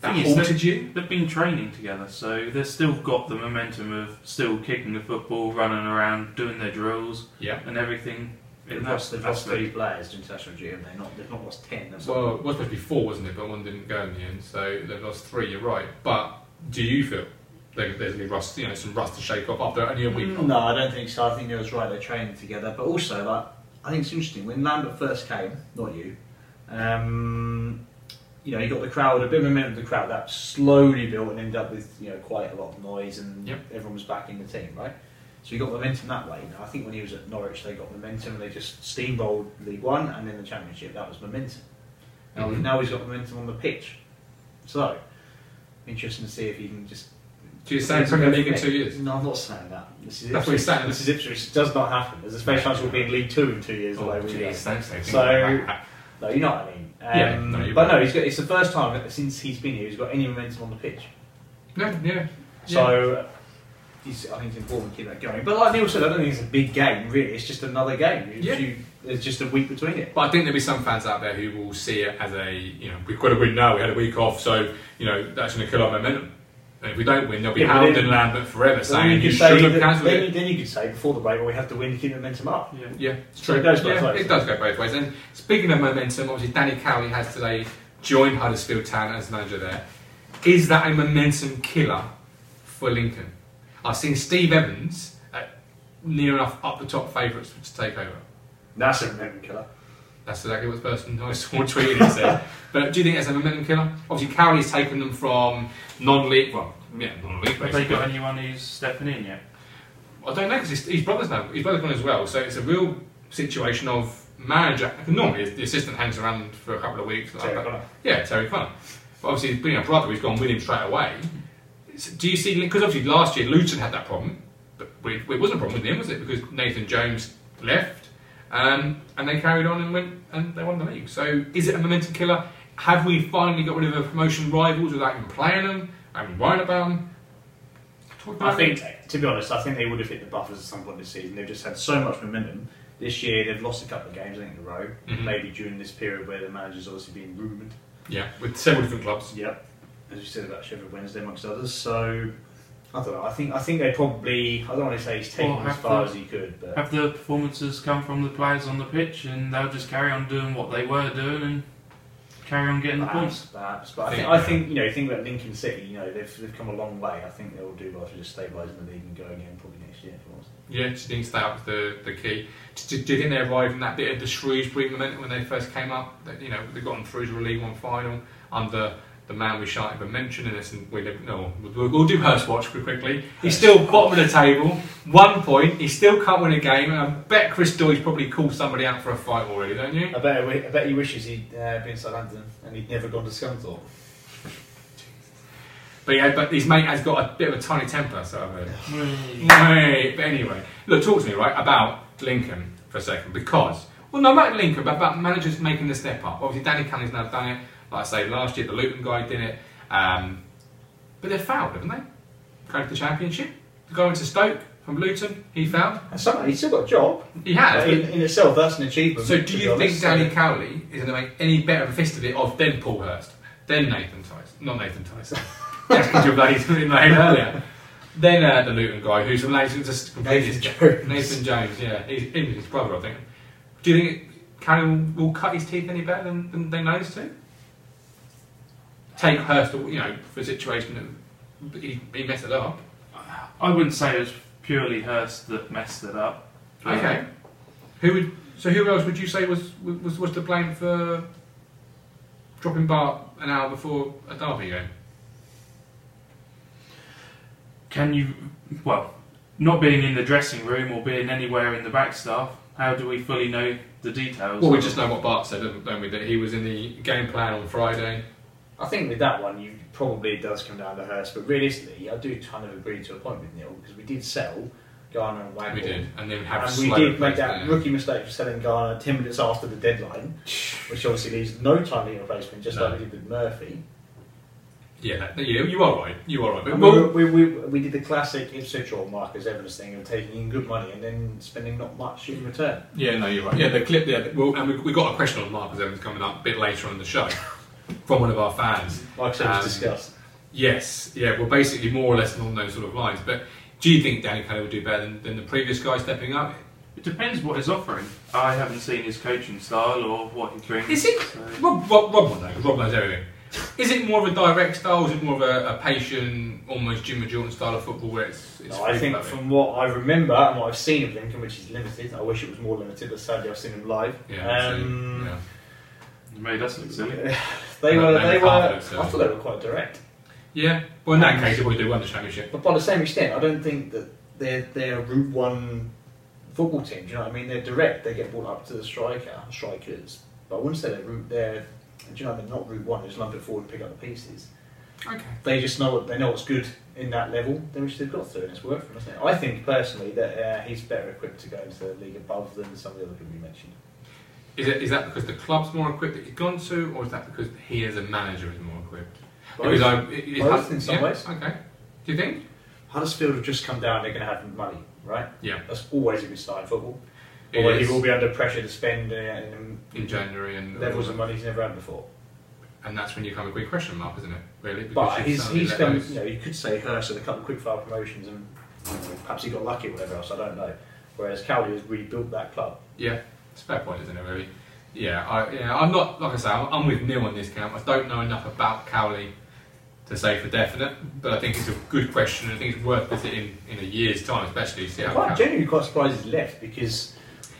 Speaker 1: that
Speaker 3: Thing is that-
Speaker 1: haunted you?
Speaker 3: They've been training together, so they've still got the momentum of still kicking the football, running around, doing their drills
Speaker 1: Yeah.
Speaker 3: and everything.
Speaker 2: They've
Speaker 3: in
Speaker 2: lost,
Speaker 3: that
Speaker 2: they've lost
Speaker 3: aspect.
Speaker 2: three players to international duty, and they're not they've not lost ten. They've
Speaker 1: Well, it was supposed to be four, wasn't it? But one didn't go in the end, so they lost three. You're right. But do you feel there- there's going to be rust, you know, some rust to shake off after only a week?
Speaker 2: Mm, No, I don't think so. I think you was right. They're training together, but also like I think it's interesting when Lambert first came, not you. Um, you know, you got the crowd a bit of momentum. of The crowd that slowly built and ended up with you know quite a lot of noise, and
Speaker 1: Yep.
Speaker 2: everyone was back in the team, right? So you got momentum that way. Now I think when he was at Norwich, they got momentum. They just steamrolled League One and then the Championship. That was momentum. Now,
Speaker 1: Mhm.
Speaker 2: now he's got momentum on the pitch. So interesting to see if he can just
Speaker 1: Do you say Premier League in two years?
Speaker 2: no, I'm not saying that. This is
Speaker 1: That's what he's saying.
Speaker 2: This is Ipswich. It does not happen. There's a space chance we'll be in League Two in two years. the way
Speaker 1: Oh,
Speaker 2: we
Speaker 1: jeez,
Speaker 2: go.
Speaker 1: don't say things
Speaker 2: So-
Speaker 1: like that.
Speaker 2: No, you know what I mean. Um,
Speaker 1: Yeah, no, you're
Speaker 2: but
Speaker 1: right.
Speaker 2: no, he's got, it's the first time that- since he's been here he's got any momentum on the pitch.
Speaker 1: No, yeah.
Speaker 2: So uh, he's, I think it's important to keep that going. But like Neil said, I don't think it's a big game. Really, it's just another game. You-
Speaker 1: Yeah.
Speaker 2: you- there's just a week between it.
Speaker 1: But I think there'll be some fans out there who will see it as a, you know, we've got to win now, we had a week off, so, you know, that's going to kill our momentum. And if we don't win, they'll be
Speaker 2: Yeah, but
Speaker 1: hounding
Speaker 2: then-
Speaker 1: Lambert forever
Speaker 2: So then
Speaker 1: saying you
Speaker 2: could say
Speaker 1: should have
Speaker 2: that-
Speaker 1: cancelled
Speaker 2: then,
Speaker 1: it.
Speaker 2: then you could say before the break, well, we have to win to keep momentum up.
Speaker 3: Yeah.
Speaker 1: Yeah, it's
Speaker 2: So
Speaker 1: true.
Speaker 2: it goes both
Speaker 1: yeah,
Speaker 2: ways.
Speaker 1: It does go both ways. And speaking of momentum, obviously Danny Cowley has today joined Huddersfield Town as manager there. Is that a momentum killer for Lincoln? I've seen Steve Evans at near enough up the top favourites to take over.
Speaker 2: That's a momentum killer.
Speaker 1: That's exactly what the person I saw tweeting it said. But do you think that's a momentum killer? Obviously, Cowley's taken them from non-league, well, yeah, non-league
Speaker 3: Have they
Speaker 1: basically.
Speaker 3: got anyone who's stepping in yet?
Speaker 1: I don't know because his, his brother's now his brother's gone as well, so it's a real situation of manager. Normally, the assistant hangs around for a couple of weeks. Like
Speaker 2: Terry
Speaker 1: that.
Speaker 2: Connor.
Speaker 1: Yeah, Terry Connor. But obviously, being a brother, he's gone with him straight away. So do you see? Because obviously, last year Luton had that problem, but we, it wasn't a problem with him, was it? Because Nathan Jones left, um, and they carried on and went and they won the league. So, is it a momentum killer? Have we finally got rid of our promotion rivals without even playing them? I mean, worrying about them. Talk about
Speaker 2: I think, to be honest, I think they would have hit the buffers at some point this season. They've just had so much momentum. This year, they've lost a couple of games, I think, in a row.
Speaker 3: Mm-hmm.
Speaker 1: Mhm.
Speaker 2: Maybe during this period where the manager's obviously been rumoured.
Speaker 1: yeah, with several different clubs.
Speaker 2: Yep. As you said about Sheffield Wednesday, amongst others. So, I don't know. I think I think they probably. I don't want to say he's taken
Speaker 3: Well,
Speaker 2: as
Speaker 3: have
Speaker 2: far
Speaker 3: to-
Speaker 2: as he could, but
Speaker 3: Have the performances come from the players on the pitch, and they'll just carry on doing what they were doing and carry on getting the
Speaker 2: perhaps,
Speaker 3: points?
Speaker 2: perhaps. But I
Speaker 1: Think-
Speaker 2: think I think you know. Think about Lincoln City. You know, they've they've come a long way. I think they will do well to just stabilise in the league and go again probably next year. if it was.
Speaker 1: Yeah, do you think that was the, the key? Do, do, do you think they arrived in that bit of the Shrewsbury momentum when they first came up? That, you know, they got them through to a League One final under the man we shan't even mention, and it's, we live, no, we'll, we'll do Hurst watch pretty quickly. He's still bottom of the table, one point, he still can't win a game, and I bet Chris Doyle's probably called somebody out for a fight already, don't you?
Speaker 2: I bet. I bet he wishes he'd uh, been Southampton and he'd never gone to Scunthorpe.
Speaker 1: But yeah, but his mate has got a bit of a tiny temper, so I've heard.
Speaker 3: Whee.
Speaker 1: Wait, but anyway, look, talk to me, right, about Lincoln for a second, because, well, no, about Lincoln, but about managers making the step up. Obviously, Danny Cunning's now done it. Like I say, last year the Luton guy did it. Um, but they're fouled, haven't they? Going to the Championship. The guy went to Stoke from Luton, he fouled.
Speaker 2: And somehow he's still got a job.
Speaker 1: He has.
Speaker 2: in, in itself, that's an achievement.
Speaker 1: so,
Speaker 2: to
Speaker 1: do
Speaker 2: be
Speaker 1: you think
Speaker 2: honest.
Speaker 1: Danny Cowley is going to make any better of a fist of it of then Paul Hurst, then Nathan Tyson, not Nathan Tyson, that's because your bloody name earlier, then uh, the Luton guy who's related just completely
Speaker 2: Nathan Jones.
Speaker 1: Nathan Jones, yeah, he's, he was his brother, I think. Do you think Cowley will, will cut his teeth any better than, than, than those two? Take Hurst, you know, for a situation that he, he messed it up.
Speaker 3: I wouldn't say it was purely Hurst that messed it up. but-
Speaker 1: Okay, who would? So who else would you say was was was to blame for dropping Bart an hour before a derby game?
Speaker 3: Can you? Well, not being in the dressing room or being anywhere in the back staff, how do we fully know the details?
Speaker 1: Well, we just know what Bart said, don't don't we? That he was in the game plan on Friday.
Speaker 2: I think with that one, you probably it does come down to Hurst, but realistically, I do kind of agree to a point with Neil because we did sell Garner and Wagner.
Speaker 1: We did, and then have
Speaker 2: And
Speaker 1: slow
Speaker 2: we did make that
Speaker 1: replacement.
Speaker 2: rookie mistake of selling Garner 10 minutes after the deadline, which obviously leaves no timely replacement, just
Speaker 1: No.
Speaker 2: like we did with Murphy.
Speaker 1: Yeah, that- yeah, you are right. You are right. But
Speaker 2: And
Speaker 1: we'll,
Speaker 2: we, we, we, we did the classic Ipswich or Marcus Evans thing of taking in good money and then spending not much in return.
Speaker 1: yeah, no, you're right. Yeah, the clip. Yeah, we'll, and we, we got a question on Marcus Evans coming up a bit later on in the show from one of our fans.
Speaker 2: Like so was
Speaker 1: Um,
Speaker 2: discussed.
Speaker 1: Yes, yeah, well, basically more or less along those sort of lines. But do you think Danny Kelly will do better than, than the previous guy stepping up?
Speaker 3: It depends what he's offering. I haven't seen his coaching style or what he drinks.
Speaker 1: Is it
Speaker 3: so-
Speaker 1: Rob? Rob, Rob will know. Rob knows everything. Is it more of a direct style? Or is it more of a, a patient, almost Jim Jordan style of football where it's? it's
Speaker 2: No, I
Speaker 1: free
Speaker 2: think
Speaker 1: flowing?
Speaker 2: from what I remember and what I've seen of Lincoln, which is limited, I wish it was more limited, but sadly I've seen him live.
Speaker 1: yeah, I've seen-
Speaker 2: um,
Speaker 1: yeah.
Speaker 3: It made us look silly.
Speaker 2: They
Speaker 1: No,
Speaker 2: were,
Speaker 1: they
Speaker 2: they
Speaker 1: were
Speaker 2: were, I
Speaker 1: confident, so-
Speaker 2: thought they were quite direct.
Speaker 1: yeah. Well, in that case, it would do won the championship.
Speaker 2: But by the same extent, I don't think that they're they're a Route One football team. Do you know what I mean? They're direct. They get brought up to the striker, strikers. But I wouldn't say they're Route. They're do you know what I mean? Not Route One. They just lump it forward and pick up the pieces.
Speaker 1: Okay.
Speaker 2: They just know what they know what's good in that level, then which they've got through, and it's worked for them, hasn't it? I think personally that uh, he's better equipped to go into the league above than some of the other people you mentioned.
Speaker 1: Is, it, is that because the club's more equipped that he's gone to, or is that because he as a manager is more equipped?
Speaker 2: Both.
Speaker 1: Because I, it, it
Speaker 2: Both
Speaker 1: has-
Speaker 2: in some
Speaker 1: yeah,
Speaker 2: ways.
Speaker 1: Okay. Do you think?
Speaker 2: Huddersfield have just come down. They're going to have money, right?
Speaker 1: Yeah.
Speaker 2: That's always a good sign in football.
Speaker 1: It
Speaker 2: Although he
Speaker 1: is.
Speaker 2: will be under pressure to spend uh, and
Speaker 1: in January and
Speaker 2: levels of money he's never had before.
Speaker 1: and that's when you come a big question mark, isn't it? Really,
Speaker 2: But
Speaker 1: you've
Speaker 2: he's,
Speaker 1: suddenly
Speaker 2: he's
Speaker 1: let
Speaker 2: done,
Speaker 1: those-
Speaker 2: you know, you could say Hurst had a couple of quickfire promotions and perhaps he got lucky or whatever else, I don't know. Whereas Cowley has rebuilt that club.
Speaker 1: Yeah, it's a fair point, isn't it? Really. Yeah, I, yeah. I'm not like I say. I'm, I'm with Neil on this count. I don't know enough about Cowley to say for definite, but I think it's a good question. and I think it's worth visiting in a year's time, especially to see
Speaker 2: I'm
Speaker 1: how.
Speaker 2: quite
Speaker 1: Cow-
Speaker 2: genuinely quite surprised he's left because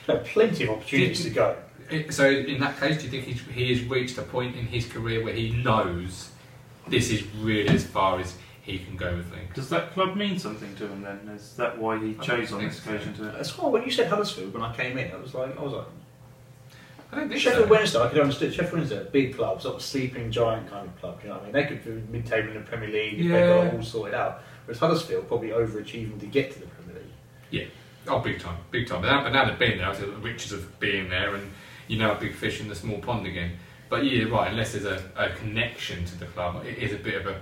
Speaker 2: there are plenty of opportunities to go.
Speaker 1: It- eh, So in that case, do you think he's, he has reached a point in his career where he knows this is really as far as he can go with things?
Speaker 3: Does that club mean something to him then? Is that why he
Speaker 1: I
Speaker 3: chose on
Speaker 1: think
Speaker 3: this
Speaker 1: so.
Speaker 3: occasion to?
Speaker 2: That's why when you said Huddersfield when I came in, I was like, I was like,
Speaker 1: I don't think
Speaker 2: Sheffield
Speaker 1: so.
Speaker 2: Wednesday, I could understand. Sheffield Wednesday, are a big club, sort of sleeping giant kind of club. You know what I mean? They could be mid-table in the Premier League if they got
Speaker 1: Yeah.
Speaker 2: it all sorted out. Whereas Huddersfield probably overachieving to get to the Premier League.
Speaker 1: Oh, big time, big time. But now, but now they've been there, it's the riches of being there, and you know, a big fish in the small pond again. But yeah, right. Unless there's a, a connection to the club, it is a bit of a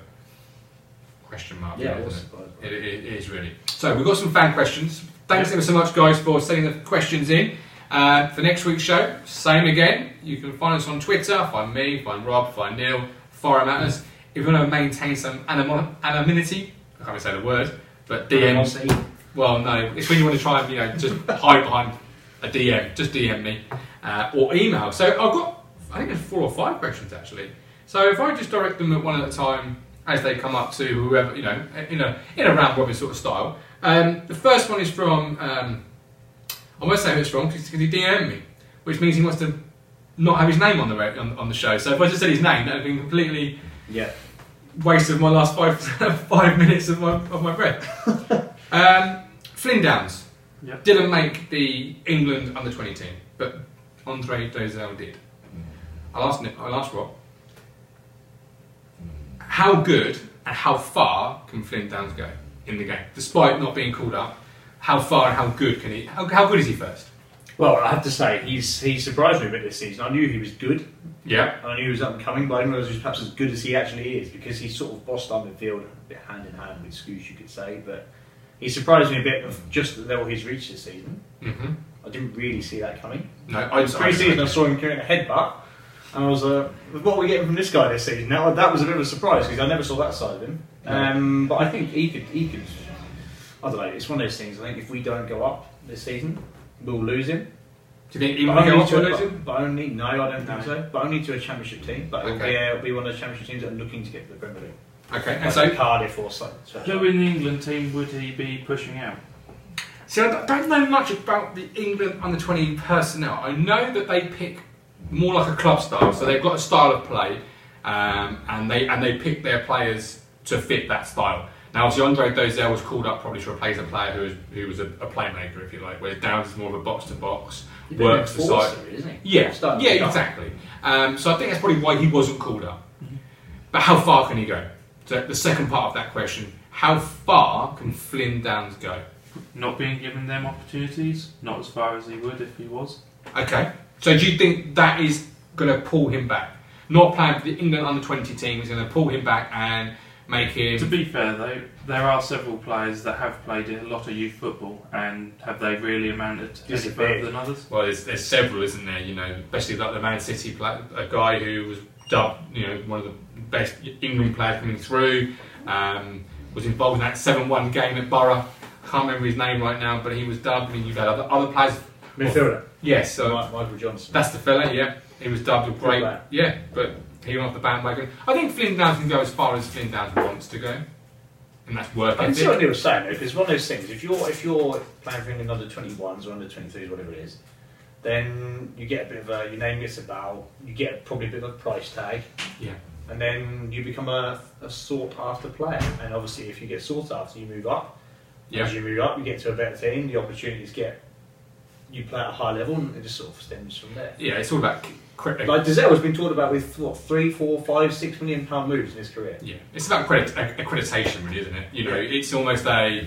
Speaker 1: question mark.
Speaker 2: Yeah, I
Speaker 1: isn't
Speaker 2: was
Speaker 1: it?
Speaker 2: surprised. by
Speaker 1: It,
Speaker 2: that.
Speaker 1: it it is really. So we've got some fan questions. Thanks ever so much, guys, for sending the questions in. Uh, for next week's show, same again. You can find us on Twitter. Find me. Find Rob. Find Neil. Forum matters. If you want to maintain some animo- anonymity, I can't even say the word, but DM.
Speaker 2: Animosity.
Speaker 1: Well, no, it's when you want to try and you know just hide behind a DM. Just DM me uh, or email. So I've got I think there's four or five questions actually. So if I just direct them at one at a time as they come up to whoever you know in a in a round robin sort of style. Um, the first one is from um, I won't say who it's from because he DM'd me, which means he wants to not have his name on the re- on, on the show. So if I just said his name, that would have been completely
Speaker 2: Yeah.
Speaker 1: waste of my last five five minutes of my of my breath. um, Flynn Downs
Speaker 3: Yep.
Speaker 1: didn't make the England under twenty team, but Andre Dozel did. I'll ask Nick, I'll ask Rob. How good and how far can Flynn Downs go in the game, despite not being called up? How far and how good can he? How, how good is he first?
Speaker 2: Well, I have to say, he's he surprised me a bit this season. I knew he was good,
Speaker 1: Yeah,
Speaker 2: and I knew he was up and coming, but I didn't realise he was perhaps as good as he actually is because he's sort of bossed up midfield a bit hand in hand with Scooch, you could say. But he surprised me a bit of just the level he's reached this season.
Speaker 1: hmm
Speaker 2: I didn't really see that coming.
Speaker 1: no, I,
Speaker 2: Pre season, I saw him carrying a headbutt, and I was like, what are we getting from this guy this season? Now, that was a bit of a surprise because I never saw that side of him. Um, but I think he could, he could, I don't know, it's one of those things. I think if we don't go up this season, we'll lose him.
Speaker 1: Do you think he
Speaker 2: But
Speaker 1: might
Speaker 2: only,
Speaker 1: go up
Speaker 2: to
Speaker 1: or
Speaker 2: a,
Speaker 1: lose him?
Speaker 2: but, but only no, I don't think
Speaker 3: No.
Speaker 2: so. But only to a championship team. But it'll,
Speaker 1: Okay.
Speaker 2: be, uh, it'll be one of the championship teams that are looking to get to the Premier League,
Speaker 1: Okay, and
Speaker 2: like
Speaker 1: so
Speaker 2: Cardiff or so. so-
Speaker 3: Who in the England team would he be pushing out?
Speaker 1: See, I don't know much about the England under 20 personnel. I know that they pick more like a club style, so they've got a style of play, um, and they and they pick their players to fit that style. Now, obviously, Andre Dozel was called up probably to replace a player who was, who was a, a playmaker, if you like, where Downs is more of a box to box. Works the side.
Speaker 2: isn't he?
Speaker 1: Yeah,
Speaker 2: Starting to
Speaker 1: yeah,
Speaker 2: pick up.
Speaker 1: exactly. Um, so I think that's probably why he wasn't called up. But how far can he go? So the second part of that question: How far can Flynn Downs go?
Speaker 3: Not being given them opportunities, not as far as he would if he was.
Speaker 1: Okay. So do you think that is going to pull him back? Not playing for the England under twenty team is going to pull him back and make
Speaker 3: To
Speaker 1: him.
Speaker 3: be fair though, there are several players that have played a lot of youth football and have they really amounted to any further
Speaker 2: Disappeared.
Speaker 3: than others?
Speaker 1: Well, there's, there's several, isn't there? You know, especially like the Man City player, a guy who was dubbed, you know, one of the best England players coming through. Um, was involved in that seven-one game at Borough. Can't remember his name right now, but he was dubbed. I mean, you've had other, other players.
Speaker 2: Midfielder.
Speaker 1: Yes, so
Speaker 2: Mi- Michael Johnson.
Speaker 1: That's the fella, yeah. He was dubbed a great,
Speaker 2: player.
Speaker 1: yeah, but he went off the bandwagon. I think Flynn Downs can go as far as Flynn Downs wants to go, and that's worth
Speaker 2: I can
Speaker 1: it.
Speaker 2: see what Neil was saying though, because one of those things, if you're if you're playing for England under twenty ones or under twenty threes, whatever it is, then you get a bit of a your name gets about, you get probably a bit of a price tag.
Speaker 1: Yeah.
Speaker 2: And then you become a, a sought after player. And obviously if you get sought after you move up.
Speaker 1: Yeah,
Speaker 2: As you move up you get to a better team, the opportunities get you play at a high level and it just sort of stems from there.
Speaker 1: yeah, it's all about c- credit.
Speaker 2: Like Dizel has been talked about with what, three, four, five, six million pound moves in his career.
Speaker 1: yeah, it's about credit ac- accreditation, really, isn't it? You know, it's almost a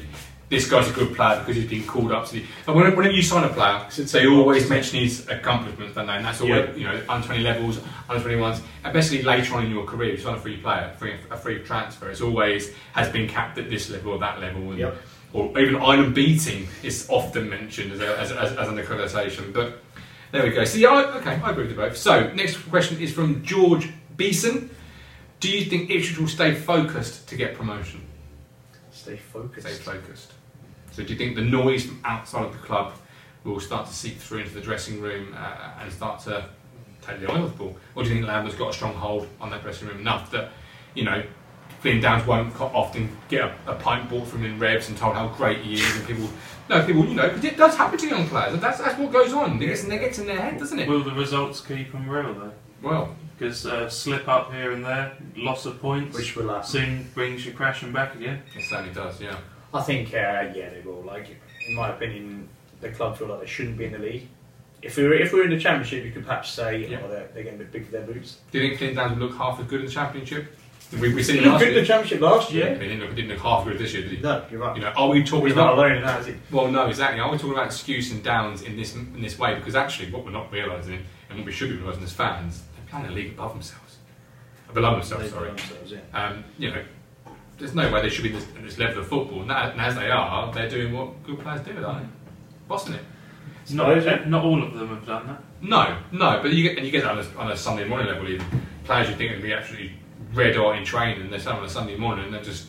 Speaker 1: this guy's a good player because he's been called up to the. But whenever, whenever you sign a player,
Speaker 2: It's a
Speaker 1: they
Speaker 2: tick box,
Speaker 1: always
Speaker 2: isn't it?
Speaker 1: mention his accomplishments, don't they? And that's always you know under twenty levels, under twenty ones, and basically later on in your career, you sign a free player, free, a free transfer. It's always has been capped at this level or that level, and
Speaker 2: Yep.
Speaker 1: or even island beating is often mentioned as, a, as, as, as an accreditation. But there we go. So yeah, I, okay, I agree with you both. So next question is from George Beeson. Do you think Ipswich will stay focused to get promotion?
Speaker 2: Stay focused.
Speaker 1: Stay focused. So do you think the noise from outside of the club will start to seep through into the dressing room uh, and start to take the eye off the ball? Or do you think Lambert's got a strong hold on that dressing room enough that, you know, Flynn Downs won't co- often get a, a pint bought from him in Rebs and told how great he is and people, no, people, you know, because it does happen to young players. That's, that's what goes on. It gets, in- it gets in their head, doesn't it?
Speaker 3: Will the results keep him real though?
Speaker 1: Well,
Speaker 3: Because uh, slip up here and there, loss of points,
Speaker 2: Which will uh, last.
Speaker 3: soon brings you crashing back again.
Speaker 1: it certainly does, yeah.
Speaker 2: I think, uh, yeah, they will. Like, in my opinion, the club feel like they shouldn't be in the league. If we were, if we were in the championship, you could perhaps say,
Speaker 1: Yeah.
Speaker 2: oh, they're, they're getting a bit big for their boots.
Speaker 1: Do you think Flynn Downs will look half as good in the Championship? We, we seen it
Speaker 2: He looked
Speaker 1: last
Speaker 2: good in the
Speaker 1: year.
Speaker 2: championship last
Speaker 1: Yeah,
Speaker 2: year.
Speaker 1: he didn't look, he didn't look half as good this year, did he?
Speaker 2: No, you're right.
Speaker 1: You know, Oh, are we talking
Speaker 2: He's
Speaker 1: about
Speaker 2: not alone in that, is he?
Speaker 1: Well, no, exactly. I was talking about excuse and downs in this in this way because actually, what we're not realizing and what we should be realizing as fans, they're playing a league above themselves, below themselves.
Speaker 2: They've
Speaker 1: Sorry,
Speaker 2: done themselves, yeah.
Speaker 1: um, you know, there's no way they should be this, at this level of football, and, that, and as they are, they're doing what good players do, aren't they? Bossing it.
Speaker 2: Suppose, yeah.
Speaker 3: Not, uh, not all of them have done that.
Speaker 1: No, no, but you get and you get that on a, on a Sunday morning level. Even players you think would be absolutely red hot in training, and they're sat on a Sunday morning and they just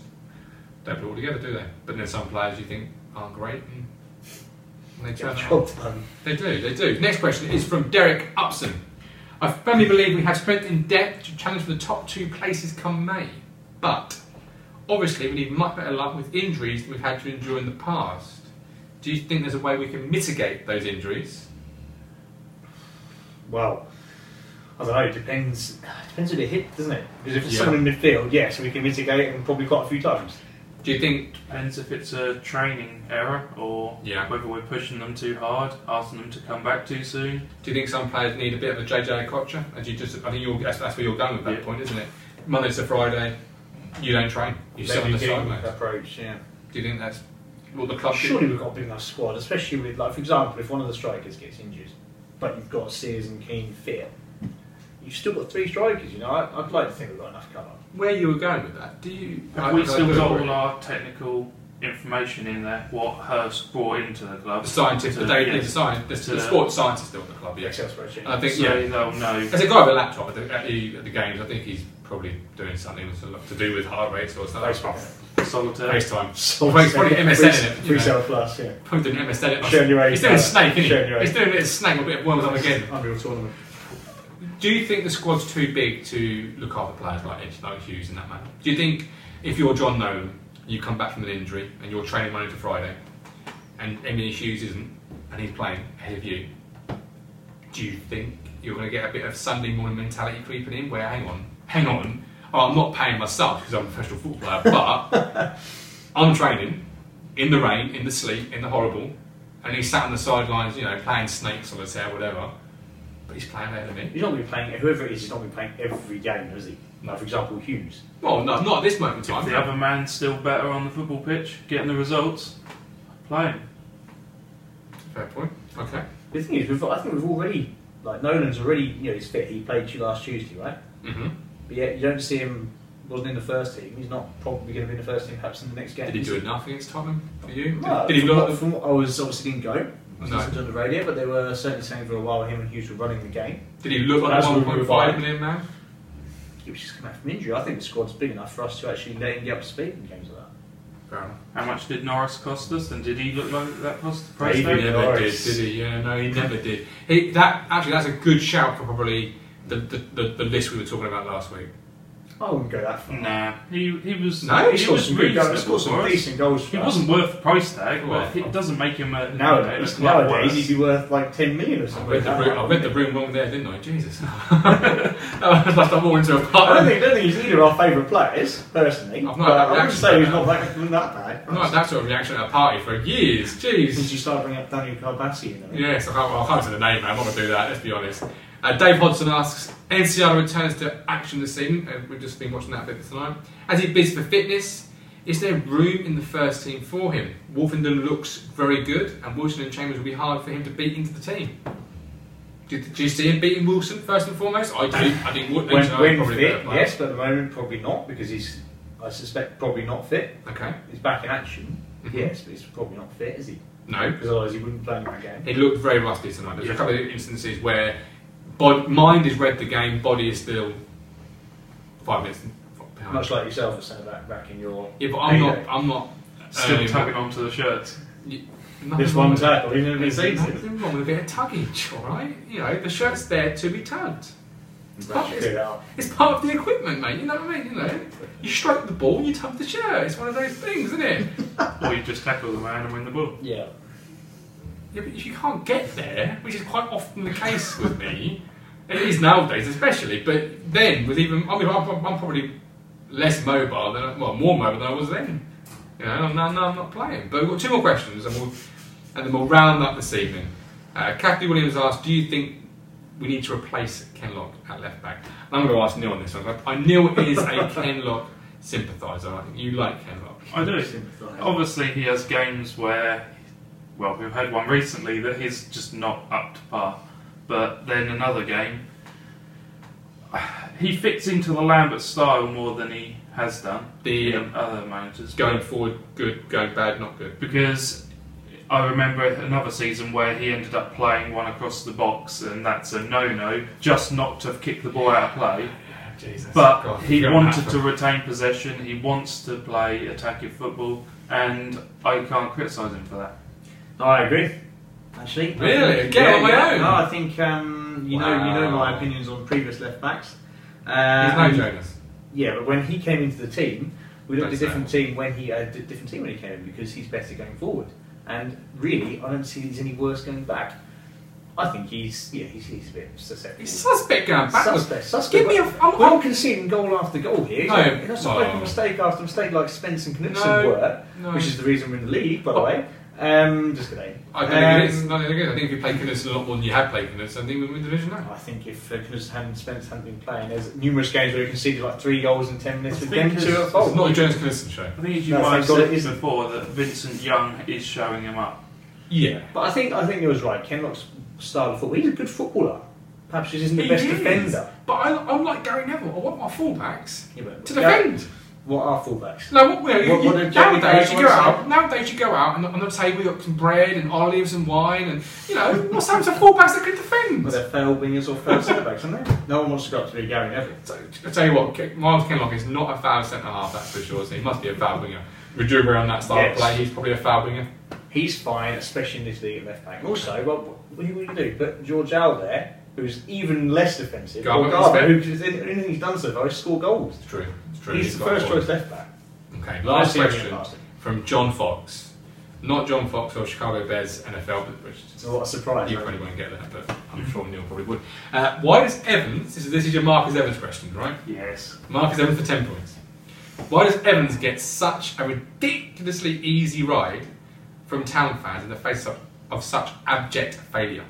Speaker 1: don't put it all together, do they? But then some players you think aren't great. And they
Speaker 2: Get
Speaker 1: turn
Speaker 2: the
Speaker 1: up.
Speaker 2: job done.
Speaker 1: They do, they do. Next question is from Derek Upson. I firmly believe we have strength in depth to challenge for the top two places come May, but obviously we need much better luck with injuries than we've had to endure in the past. Do you think there's a way we can mitigate those injuries?
Speaker 2: Well, I don't know. It depends. Depends who they hit, doesn't it? Because if it's
Speaker 1: Yeah.
Speaker 2: someone in midfield, yes, we can mitigate and probably quite a few times.
Speaker 1: Do you think?
Speaker 3: Depends if it's a training error or
Speaker 1: Yeah.
Speaker 3: whether we're pushing them too hard, asking them to come back too soon.
Speaker 1: Do you think some players need a bit of a JJ Kocha? And you just, I think you're, that's, that's where you're going with that
Speaker 3: Yeah.
Speaker 1: point, isn't it? Monday to Friday, you don't train. You sit on the
Speaker 2: Maybe getting
Speaker 1: sidelines.
Speaker 2: approach, yeah.
Speaker 1: Do you think that's what the club?
Speaker 2: Surely we've got a big enough squad, especially with, like, for example, if one of the strikers gets injured, but you've got Sears and Keane fit, you've still got three strikers, you know. I, I'd like to think we've got enough cover.
Speaker 1: Where you were going with that? Do you?
Speaker 3: Have we still got all our technical information in there? What Hurst brought into the club?
Speaker 1: The scientists, the,
Speaker 3: to-
Speaker 1: data,
Speaker 3: yeah,
Speaker 1: the, science, the, the
Speaker 3: To-
Speaker 1: sports science is still at the club, yes.
Speaker 2: Excel spreadsheet.
Speaker 1: And I think,
Speaker 3: so
Speaker 1: yeah,
Speaker 3: they'll know.
Speaker 1: there's a guy with a laptop at the, at the, at the games. I think he's probably doing something that's a lot to do with heart rates or something.
Speaker 2: Facebook.
Speaker 3: Solitaire.
Speaker 1: FaceTime. Well, he's probably MSN in it. you
Speaker 2: Free
Speaker 1: know.
Speaker 2: cell plus, yeah.
Speaker 1: Probably doing MSN in it.
Speaker 2: Showing your
Speaker 1: He's
Speaker 2: age.
Speaker 1: doing
Speaker 2: uh,
Speaker 1: a snake,
Speaker 2: showing
Speaker 1: isn't
Speaker 2: your
Speaker 1: he? He's
Speaker 2: age.
Speaker 1: doing a bit of snake, a bit of worms up again.
Speaker 2: Unreal tournament.
Speaker 1: Do you think the squad's too big to look after players like Edge, like Hughes in that manner? Do you think if you're John Nolan, you come back from an injury and you're training Monday to Friday, and Emily Hughes isn't, and he's playing ahead of you, do you think you're going to get a bit of Sunday morning mentality creeping in where, hang on, hang on, oh, I'm not paying myself because I'm a professional footballer, but I'm training in the rain, in the sleet, in the horrible, and he's sat on the sidelines, you know, playing snakes on his hair, whatever. But he's playing better than me.
Speaker 2: He's not going to be playing, whoever it is, he's not going to be playing every game, is he? Like, for example, Hughes.
Speaker 1: Well, no, not at this moment in
Speaker 3: If
Speaker 1: time.
Speaker 3: the other man's still better on the football pitch, getting the results, play him.
Speaker 1: Fair point. Okay.
Speaker 2: The thing is, we've, I think we've already, like, Nolan's already, you know, he's fit. He played you last Tuesday, right?
Speaker 1: hmm
Speaker 2: But yet, you don't see him, wasn't in the first team. He's not probably going to be in the first team, perhaps in the next game.
Speaker 1: Did he do enough against Tottenham for you?
Speaker 2: Well,
Speaker 1: Did, did he
Speaker 2: from,
Speaker 1: look?
Speaker 2: what, from what I was obviously didn't go. I was
Speaker 1: No.
Speaker 2: listening to the radio, but they were certainly saying for a while him and Hughes were running the game.
Speaker 1: Did he look like
Speaker 2: That's
Speaker 1: a
Speaker 2: what we
Speaker 1: 1.5
Speaker 2: provide.
Speaker 1: million man?
Speaker 2: He was just come back from injury. I think the squad's big enough for us to actually let him get up to speed in games like that.
Speaker 1: Fair enough.
Speaker 3: How much did Norris cost us, and did he look like that cost the price
Speaker 1: He
Speaker 2: Maybe.
Speaker 3: tag?
Speaker 1: never
Speaker 2: Norris.
Speaker 1: did, did he? Yeah, no, he never did. He, that actually, that's a good shout for probably the, the, the, the list we were talking about last week.
Speaker 2: I wouldn't go that far.
Speaker 3: Nah, he he was
Speaker 1: No,
Speaker 2: he
Speaker 3: he
Speaker 2: scored
Speaker 3: was
Speaker 2: some good goals. He
Speaker 3: reasonable
Speaker 2: scored
Speaker 3: for
Speaker 2: some
Speaker 3: us.
Speaker 2: decent goals. For
Speaker 3: He
Speaker 2: us.
Speaker 3: wasn't worth the price tag,
Speaker 1: Well,
Speaker 3: but it doesn't make him a
Speaker 2: Nowadays,
Speaker 3: a club
Speaker 2: nowadays
Speaker 3: worse.
Speaker 2: he'd be worth like 10 million or
Speaker 1: I
Speaker 2: something.
Speaker 1: read the room, I read the room wrong there, didn't I? Jesus. I've left more into a
Speaker 2: I don't
Speaker 1: part.
Speaker 2: think, don't think he's either of our favourite players, personally.
Speaker 1: I've not
Speaker 2: but
Speaker 1: had
Speaker 2: I wouldn't
Speaker 1: reaction
Speaker 2: say he's
Speaker 1: to
Speaker 2: not that, not that bad.
Speaker 1: I've not had that sort of reaction at a party for years. Jeez.
Speaker 2: Since you started bringing up Daniel Carbassi, you know.
Speaker 1: Yes, I can't, well, I can't say the name, man. I'm not going to do that, let's be honest. Uh, Dave Hodson asks, NCR returns to action this season. Uh, we've just been watching that bit tonight. As he bids for fitness, is there room in the first team for him? Wolfenden looks very good, and Wilson and Chambers will be hard for him to beat into the team. Do, do you see him beating Wilson first and foremost? I do. I think Wilson
Speaker 2: When, when
Speaker 1: probably better
Speaker 2: fit,
Speaker 1: player.
Speaker 2: yes, but at the moment probably not because he's, I suspect, probably not fit.
Speaker 1: Okay.
Speaker 2: He's back in action,
Speaker 1: Mhm.
Speaker 2: yes, but he's probably not fit, is he?
Speaker 1: No.
Speaker 2: Because otherwise he wouldn't play in that game.
Speaker 1: He looked very rusty tonight. There's a
Speaker 3: Yeah.
Speaker 1: couple of instances where bod- mind has read the game, body is still five minutes behind.
Speaker 2: Much like yourself at centre back back in your.
Speaker 1: Yeah, but I'm
Speaker 2: heyday.
Speaker 1: not. I'm not.
Speaker 3: still
Speaker 1: um,
Speaker 3: tugging onto the shirt.
Speaker 1: nothing
Speaker 2: This
Speaker 1: wrong
Speaker 2: one
Speaker 1: with-
Speaker 2: tackle, he's never been
Speaker 1: There's
Speaker 2: seen since.
Speaker 1: nothing wrong with a bit of tuggage, all right? You know, the shirt's there to be tugged. It's
Speaker 2: Right,
Speaker 1: part,
Speaker 2: you figure
Speaker 1: it's,
Speaker 2: it out.
Speaker 1: it's part of the equipment, mate. You know what I mean? You know, you stroke the ball, you tug the shirt. It's one of those things, isn't it?
Speaker 3: or you just tackle the man and win the ball.
Speaker 2: Yeah.
Speaker 1: Yeah, but if you can't get there, which is quite often the case with me, it is nowadays especially, but then with even, I mean, I'm, I'm probably less mobile than, I- well, more mobile than I was then. You know, and now, now I'm not playing. But we've got two more questions and, we'll, and then we'll round up this evening. Uh, Kathy Williams asked, do you think we need to replace Ken Lock at left back? And I'm going to ask Neil on this one. I- I, Neil is a Ken Lock sympathiser. I think you like Ken Lock.
Speaker 3: I do.
Speaker 2: Sympathise.
Speaker 3: Obviously, he has games where, well, we've had one recently that he's just not up to par. But then another game, he fits into the Lambert style more than he has done
Speaker 1: The
Speaker 3: in other managers.
Speaker 1: going forward, good, going bad, not good.
Speaker 3: because I remember another season where he ended up playing one across the box, and that's a no-no. Just not to have kicked the ball out of play.
Speaker 1: Jesus.
Speaker 3: But
Speaker 1: God,
Speaker 3: he
Speaker 1: you're a
Speaker 3: wanted
Speaker 1: man.
Speaker 3: to retain possession. He wants to play attacking football, and I can't criticise him for that.
Speaker 2: No, I agree. Actually, I
Speaker 1: Really?
Speaker 2: think-
Speaker 1: Get on my own?
Speaker 2: No, I think um, you know you know
Speaker 1: Wow.
Speaker 2: my opinions on previous left backs.
Speaker 1: There's no
Speaker 2: Um,
Speaker 1: Jonas.
Speaker 2: yeah, but when he came into the team, we looked
Speaker 1: Don't
Speaker 2: at
Speaker 1: say
Speaker 2: a different team when he a d- different team when he came in because he's better going forward. And really, I don't see he's any worse going back. I think he's yeah he's, he's a bit susceptible.
Speaker 1: He's suspect going backwards.
Speaker 2: Suspect, suspect.
Speaker 1: Give me a. I'm,
Speaker 2: Well,
Speaker 1: I'm,
Speaker 2: conceding goal after goal here.
Speaker 1: No.
Speaker 2: You're not supposed
Speaker 1: Oh.
Speaker 2: to mistake after mistake like Spence and Knutson
Speaker 1: No.
Speaker 2: were,
Speaker 1: no,
Speaker 2: which is the reason we're in the league, by the way. Um, just kidding.
Speaker 1: I don't think it is.
Speaker 2: Um,
Speaker 1: No, I don't think it is. I think if you play Canoes a lot more than you have played Canoes, I think we win Division 9.
Speaker 2: I think if uh, Knudsen hadn't Spence hadn't been playing, there's numerous games where he conceded like three goals in ten minutes
Speaker 3: I
Speaker 2: with
Speaker 3: think
Speaker 2: them
Speaker 3: it's-
Speaker 2: two at
Speaker 1: It's
Speaker 2: fault.
Speaker 1: not a Jonas Canoes show.
Speaker 3: I think as you
Speaker 2: No,
Speaker 3: might
Speaker 2: thank
Speaker 3: have
Speaker 2: God
Speaker 3: said
Speaker 2: it isn't.
Speaker 3: before that Vincent Young is showing him up.
Speaker 1: Yeah.
Speaker 2: But I think I think it was right. Kenlock's style of football. He's a good footballer. Perhaps he isn't the
Speaker 1: He
Speaker 2: best
Speaker 1: is.
Speaker 2: defender.
Speaker 1: But I, I'm like Gary Neville. I want my fullbacks
Speaker 2: Yeah, but-
Speaker 1: to
Speaker 2: Yeah,
Speaker 1: defend.
Speaker 2: What are fullbacks?
Speaker 1: No, what, well, you-
Speaker 2: What-
Speaker 1: you-
Speaker 2: what did Jamie
Speaker 1: nowadays
Speaker 2: Carragher
Speaker 1: you go
Speaker 2: say?
Speaker 1: out. Nowadays you go out, and I'm not saying we got some bread and olives and wine, and you know, what's happened to fullbacks that can defend?
Speaker 2: Well, they're failed wingers or failed centre backs, aren't they? No one wants to go up to be Gary Neville.
Speaker 1: So, I tell you what, Ke- Miles Kenlock is not a foul centre half, that's for sure. So he must be a foul winger. Would you agree on that style of
Speaker 2: Yes.
Speaker 1: play? He's probably a foul winger.
Speaker 2: He's fine, especially in this league at left back. Also, well, what are you going to do? Put George Al there, who's even less defensive,
Speaker 1: Garber
Speaker 2: or
Speaker 1: is
Speaker 2: Garber,
Speaker 1: better.
Speaker 2: who's anything he's done so far is score goals.
Speaker 1: It's true. It's true.
Speaker 2: He's the
Speaker 1: got
Speaker 2: first
Speaker 1: a point.
Speaker 2: choice left back.
Speaker 1: Okay, last
Speaker 2: I've seen him
Speaker 1: question
Speaker 2: last.
Speaker 1: from John Fox. Not John Fox or Chicago Bears NFL, but which
Speaker 2: So what a surprise!
Speaker 1: you
Speaker 2: man.
Speaker 1: probably won't get that, but I'm sure Neil probably would. Uh, why does Evans, this is, this is your Marcus Evans question, right?
Speaker 3: Yes.
Speaker 1: Marcus Evans for 10 points. Why does Evans get such a ridiculously easy ride from town fans in the face of, of such abject failure?